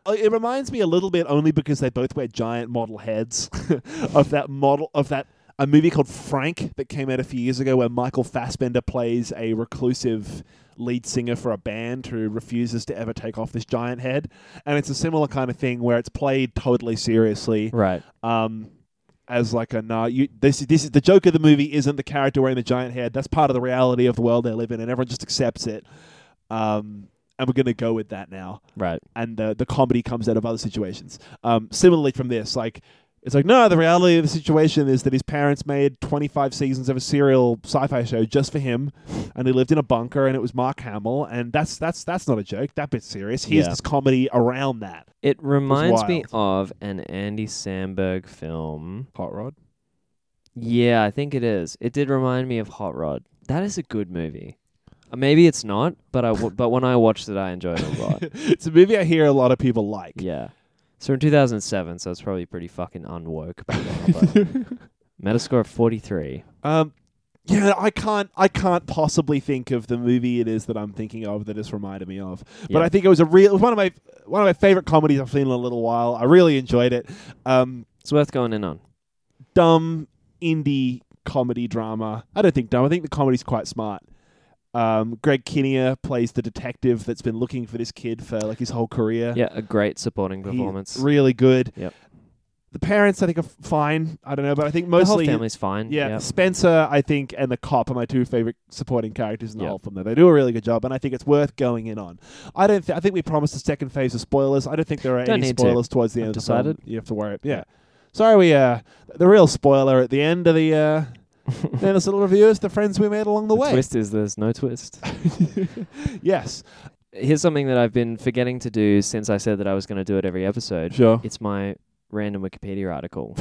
S3: Uh, It reminds me a little bit only because they both wear giant model heads of that model of that a movie called Frank that came out a few years ago, where Michael Fassbender plays a reclusive lead singer for a band who refuses to ever take off this giant head, and it's a similar kind of thing where it's played totally seriously
S2: right.
S3: um, as like a nah. You this this is the joke of the movie isn't the character wearing the giant head. That's part of the reality of the world they live in, and everyone just accepts it. Um, and we're gonna go with that now.
S2: Right.
S3: And the the comedy comes out of other situations. Um, similarly from this, like. It's like no. The reality of the situation is that his parents made 25 seasons of a serial sci-fi show just for him, and he lived in a bunker, and it was Mark Hamill, and that's that's that's not a joke. That bit's serious. Here's
S2: Yeah.
S3: this comedy around that.
S2: It reminds me of an Andy Samberg film.
S3: Hot Rod.
S2: Yeah, I think it is. It did remind me of Hot Rod. That is a good movie. Uh, maybe it's not, but I w- but when I watched it, I enjoyed it a lot.
S3: It's a movie I hear a lot of people like.
S2: yeah. So in 2007, so it's probably pretty fucking unwoke back then. But Metascore of 43.
S3: Um, Yeah, I can't. I can't possibly think of the movie it is that I'm thinking of that this reminded me of. But
S2: Yeah.
S3: I think it was a real it was one of my one of my favorite comedies I've seen in a little while. I really enjoyed it. Um,
S2: It's worth going in on.
S3: dumb indie comedy drama. I don't think dumb. I think the comedy's quite smart. Um, Greg Kinnear plays the detective that's been looking for this kid for like his whole career.
S2: Yeah, a great supporting
S3: He's
S2: performance.
S3: really good.
S2: Yep.
S3: The parents, I think, are f- fine. I don't know, but I think
S2: the whole
S3: mostly
S2: family's fine.
S3: yeah,
S2: Yep.
S3: Spencer, I think, and the cop are my two favorite supporting characters in the
S2: Yeah.
S3: whole film. Though they do a really good job, and I think it's worth going in on. I don't. Th- I think we promised a second phase of spoilers. I don't think there are
S2: Don't
S3: any
S2: need to.
S3: spoilers towards the
S2: I've
S3: end of
S2: decided.
S3: the film. You have to worry. Yeah. Sorry, we uh, the real spoiler at the end of the uh, the end of this little review is the friends we made along the,
S2: The
S3: way.
S2: twist is there's no twist.
S3: yes.
S2: Here's something that I've been forgetting to do since I said that I was going to do it every episode.
S3: Sure.
S2: It's my random Wikipedia article.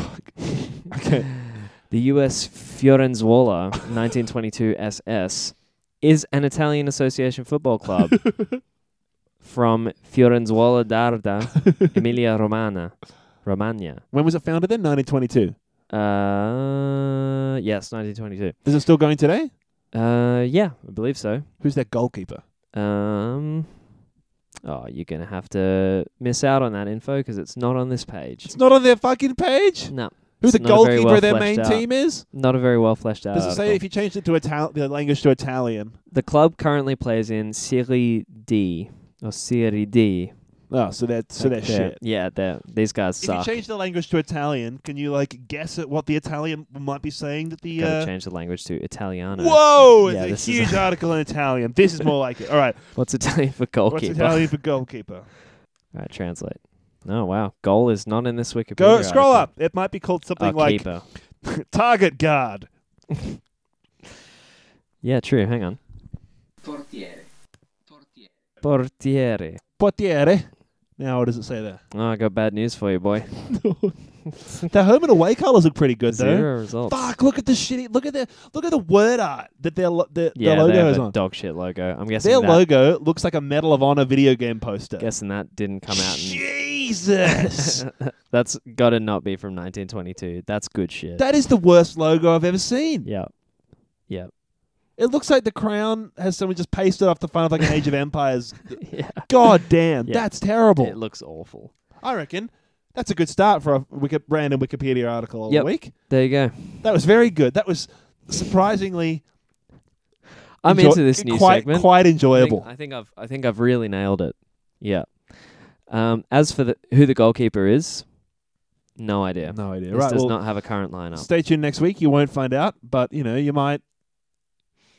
S3: Okay.
S2: The U.S. Fiorenzuola 1922 SS is an Italian association football club from Fiorenzuola d'Arda, Emilia Romana, Romagna.
S3: When was it founded? Then 1922.
S2: Uh, yes, 1922.
S3: Is it still going today?
S2: Uh, yeah, I believe so.
S3: Who's their goalkeeper?
S2: Um, oh, you're gonna have to miss out on that info because it's not on this page.
S3: It's not on their fucking page.
S2: No,
S3: Who
S2: It's
S3: the
S2: not a very
S3: goalkeeper
S2: well
S3: of their
S2: fleshed
S3: main
S2: out.
S3: team is?
S2: not a very well fleshed out.
S3: Does it say
S2: article.
S3: if you changed it to Italian, the language to Italian?
S2: the club currently plays in Serie D or Serie D?
S3: Oh, so that so
S2: Like,
S3: that's
S2: they're-
S3: shit.
S2: Yeah, they're, these guys
S3: If you
S2: suck.
S3: change the language to Italian, can you like guess at what the Italian might be saying that the?
S2: Gotta
S3: Uh,
S2: change the language to Italiano.
S3: whoa! It's
S2: Yeah,
S3: a
S2: this is-
S3: huge article in Italian. This is more like it. All right,
S2: What's Italian for
S3: what's
S2: goalkeeper?
S3: Italian for goalkeeper?
S2: All right, translate. Oh wow, goal is not in this Wikipedia.
S3: Go scroll
S2: article.
S3: up. It might be called
S2: Oh,
S3: something like
S2: keeper.
S3: target guard.
S2: Yeah, true. Hang on.
S4: Portiere. Portiere.
S2: Portiere.
S3: Portiere. Now, what does it say there?
S2: Oh, I got bad news for you, boy.
S3: the home and away colors look pretty good, though.
S2: Zero results.
S3: Fuck! Look at the shitty. Look at the look at the word art that their lo- their,
S2: Yeah,
S3: their
S2: they
S3: logo
S2: have
S3: is
S2: a
S3: on.
S2: dog shit logo. I'm guessing
S3: Their
S2: that,
S3: logo looks like a Medal of Honor video game poster.
S2: guessing that didn't come out. In,
S3: Jesus.
S2: that's got to not be from 1922. That's good shit.
S3: that is the worst logo I've ever seen.
S2: yeah.
S3: It looks like the crown has someone just pasted off the front of like an Age of Empires.
S2: yeah.
S3: God damn,
S2: Yeah.
S3: that's terrible.
S2: It looks awful.
S3: I reckon that's a good start for a Wiki- random Wikipedia article of the
S2: Yep.
S3: week.
S2: There you go.
S3: That was very good. That was surprisingly
S2: I'm
S3: enjoy-
S2: into this new
S3: quite,
S2: segment.
S3: Quite
S2: I think-
S3: enjoyable.
S2: I think I've I think I've really nailed it. Yeah. Um, as for the who the goalkeeper is, no idea.
S3: No idea.
S2: This
S3: right.
S2: does
S3: well,
S2: not have a current lineup.
S3: stay tuned next week. You won't find out, but you know you might.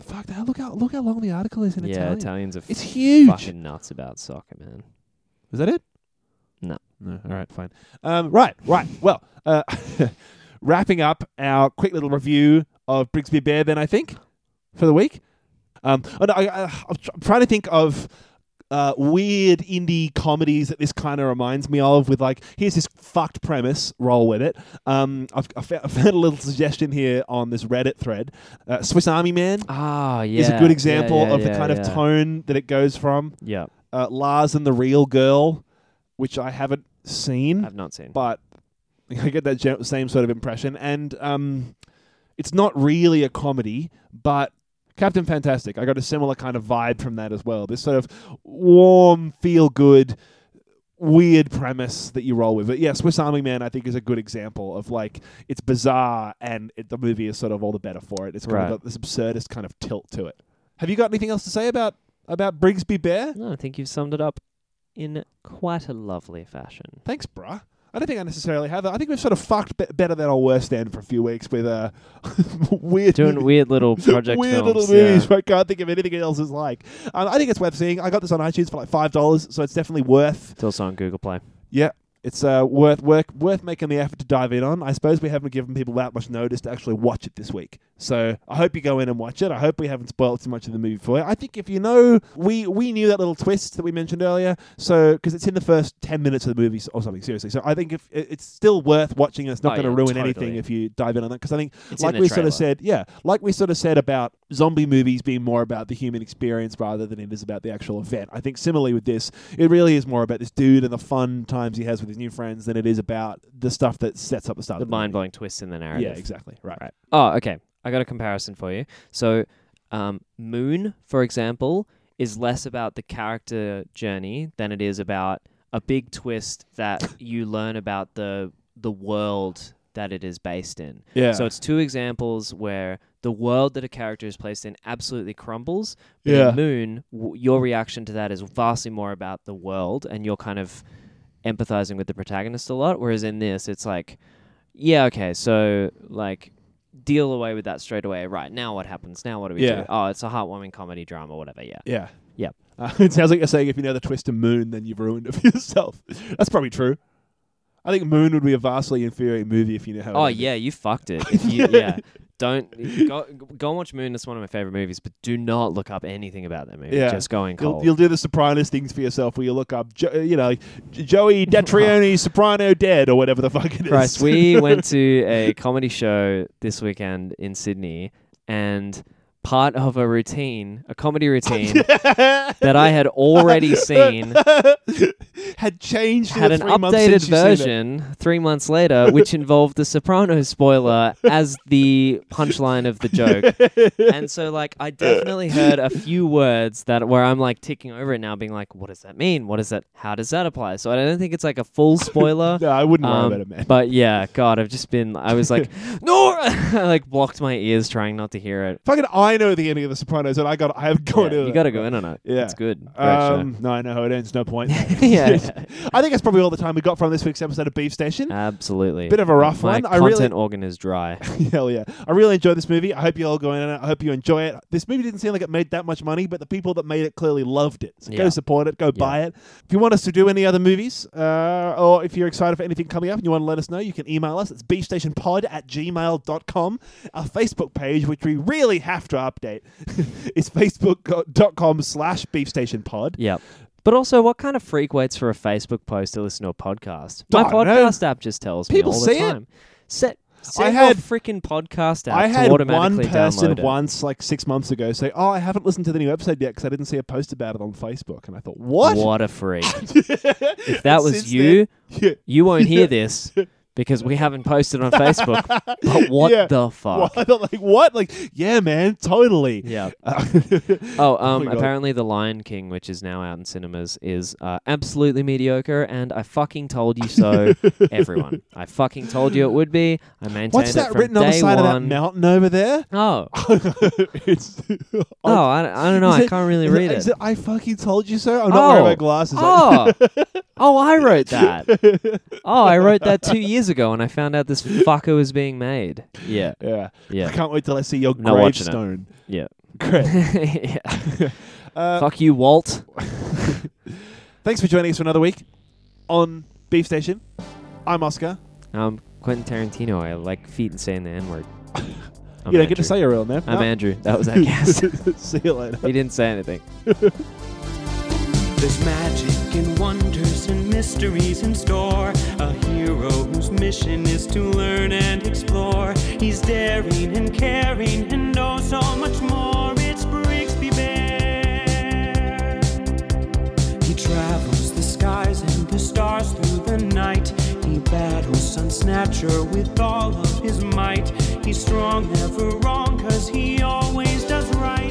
S3: Fuck that! Look how look how long the article is in
S2: yeah,
S3: Italian.
S2: Italians are
S3: It's huge.
S2: fucking nuts about soccer, man.
S3: Is that it?
S2: No.
S3: No. All right. Fine. Um, right. Right. Well, uh, wrapping up our quick little review of Brigsby Bear, then I think for the week. Um, oh, no, I, I, I'm tr- trying to think of. Uh, weird indie comedies that this kind of reminds me of, with like, here's this fucked premise, roll with it. Um, I've, I found, I found a little suggestion here on this Reddit thread. Uh, Swiss Army Man
S2: Ah, yeah.
S3: is a
S2: yeah,
S3: good example
S2: yeah,
S3: of the
S2: yeah,
S3: kind of
S2: yeah.
S3: tone that it goes from
S2: Yeah,
S3: uh, Lars and the Real Girl, which I haven't seen,
S2: I've not seen.
S3: Hmm. but I get that gen- same sort of impression. And um, it's not really a comedy, but Captain Fantastic, I got a similar kind of vibe from that as well. This sort of warm, feel good, weird premise that you roll with. But yeah, Swiss Army Man, I think, is a good example of like, it's bizarre and it, the movie is sort of all the better for it. It's kind
S2: Right.
S3: of got this absurdist kind of tilt to it. Have you got anything else to say about, about Brigsby Bear?
S2: No, I think you've summed it up in quite a lovely fashion.
S3: Thanks, bruh. I don't think I necessarily have. I think we've sort of fucked be- better than our worst end for a few weeks with uh, weird,
S2: Doing weird little project
S3: weird
S2: films.
S3: little
S2: yeah.
S3: movies. where I can't think of anything else is like. Um, I think it's worth seeing. I got this on iTunes for like five dollars, so it's definitely worth.
S2: It's also on Google Play.
S3: Yeah, it's uh, worth work worth making the effort to dive in on. I suppose we haven't given people that much notice to actually watch it this week. So I hope you go in and watch it. I hope we haven't spoiled too much of the movie for you. I think if you know, we we knew that little twist that we mentioned earlier. So because it's in the first ten minutes of the movie or something. Seriously, so I think if it- it's still worth watching. and It's not
S2: Oh,
S3: going to
S2: yeah,
S3: ruin
S2: totally.
S3: anything if you dive in on that. Because I think
S2: It's
S3: like
S2: in the
S3: we sort
S2: trailer.
S3: of said, yeah, like we sort of said about zombie movies being more about the human experience rather than it is about the actual event. I think similarly with this, it really is more about this dude and the fun times he has with his new friends than it is about the stuff that sets up the start
S2: The
S3: of the movie.
S2: mind blowing twists in the narrative.
S3: Yeah, exactly. Right.
S2: Oh, okay. I got a comparison for you. So, um, Moon, for example, is less about the character journey than it is about a big twist that you learn about the the world that it is based in.
S3: Yeah.
S2: So it's two examples where the world that a character is placed in absolutely crumbles. But
S3: Yeah.
S2: in Moon, w- your reaction to that is vastly more about the world, and you're kind of empathizing with the protagonist a lot. Whereas in this, it's like, yeah, okay, so like deal away with that straight away. Right now, what happens? Now, what do we
S3: Yeah.
S2: do? Oh, it's a heartwarming comedy drama, whatever. Yeah.
S3: Yeah.
S2: Yep.
S3: Uh, it sounds like you're saying if you know the twist to Moon, then you've ruined it for yourself. That's probably true. I think Moon would be a vastly inferior movie if you knew how. it
S2: Oh
S3: ended.
S2: yeah, you fucked it. If you, yeah. Don't go, go and watch Moon. It's one of my favorite movies, but do not look up anything about that movie.
S3: Yeah.
S2: Just going cold.
S3: You'll, you'll do the Sopranos things for yourself where you look up, jo- you know, J- Joey Detrione Soprano dead or whatever the fuck it is.
S2: Christ, we went to a comedy show this weekend in Sydney, and part of a routine, a comedy routine that I had already seen,
S3: had changed. in
S2: had
S3: the
S2: an
S3: three months since
S2: updated
S3: you've seen it.
S2: version three months later, which involved the Sopranos spoiler as the punchline of the joke. And so, like, I definitely heard a few words that where I'm like ticking over it now, being like, "What does that mean? What is that? How does that apply?" So I don't think it's like a full spoiler.
S3: No, I wouldn't worry
S2: Um,
S3: about it, man.
S2: But yeah, God, I've just been. I was like, no, I like blocked my ears trying not to hear it.
S3: Fucking, I know the ending of the Sopranos, and I got, I have
S2: Yeah,
S3: gone
S2: you got to go in on it.
S3: Yeah.
S2: it's good. Great
S3: Um, no, I know how it ends. No point.
S2: show. yeah,
S3: I think that's probably all the time we got from this week's episode of Beef Station.
S2: absolutely.
S3: Bit of a rough
S2: Uh, my
S3: one. I
S2: content
S3: really,
S2: organ is dry.
S3: hell yeah, I really enjoyed this movie. I hope you all go in on it. I hope you enjoy it. This movie didn't seem like it made that much money, but the people that made it clearly loved it. So go
S2: Yeah.
S3: support it. Go buy it. If you want us to do any other movies, uh, or if you're excited for anything coming up and you want to let us know, you can email us. It's beefstationpod at gmail.com. Our Facebook page, which we really have to update, is facebook.com slash beefstationpod.
S2: Yep. But also, what kind of freak waits for a Facebook post to listen to a podcast?
S3: I
S2: My
S3: don't know.
S2: podcast app just tells
S3: People
S2: me all
S3: see
S2: the
S3: it.
S2: time. Set, set
S3: I
S2: I
S3: had-
S2: had freaking podcast app
S3: I
S2: to
S3: had one
S2: automatically
S3: person
S2: download it.
S3: once, like six months ago, say, "Oh, I haven't listened to the new episode yet because I didn't see a post about it on Facebook." And I thought, "What?
S2: a freak! if that
S3: Since
S2: was you,
S3: Yeah.
S2: you won't hear this because we haven't posted on Facebook. But what
S3: Yeah.
S2: the fuck?
S3: What? like what? Like yeah, man, totally."
S2: Yeah.
S3: Uh,
S2: Oh, um,
S3: my God.
S2: apparently The Lion King, which is now out in cinemas, is uh, absolutely mediocre, and I fucking told you so, everyone. I fucking told you it would be. I maintained
S3: What's
S2: it
S3: that
S2: from
S3: written on the
S2: day
S3: side of that
S2: one.
S3: mountain over there?
S2: Oh,
S3: it's
S2: oh, I, I don't know.
S3: Is
S2: I
S3: it-
S2: can't really
S3: is
S2: read
S3: is
S2: it.
S3: I fucking told you so. I'm not wearing
S2: Oh.
S3: my glasses.
S2: Oh, oh, I wrote that. Oh, I wrote that two years ago, and I found out this fucker was being made. Yeah,
S3: yeah. I
S2: yeah,
S3: can't wait till I see your
S2: Not watching it.
S3: gravestone.
S2: yeah.
S3: Great.
S2: yeah.
S3: Uh,
S2: Fuck you, Walt.
S3: Thanks for joining us for another week on Beef Station. I'm Oscar.
S2: Um, Quentin Tarantino. I like feet and saying the N word. I'm
S3: you don't
S2: Andrew.
S3: get to say your real name.
S2: I'm
S3: No.
S2: Andrew. That was that guess.
S3: see you later.
S2: he didn't say anything.
S5: There's magic and wonders and mysteries in store. A hero whose mission is to learn and explore. He's daring and caring and oh so much more. It's Brigsby Bear. He travels the skies and the stars through the night. He battles Sun Snatcher with all of his might. He's strong, never wrong, cause he always does right.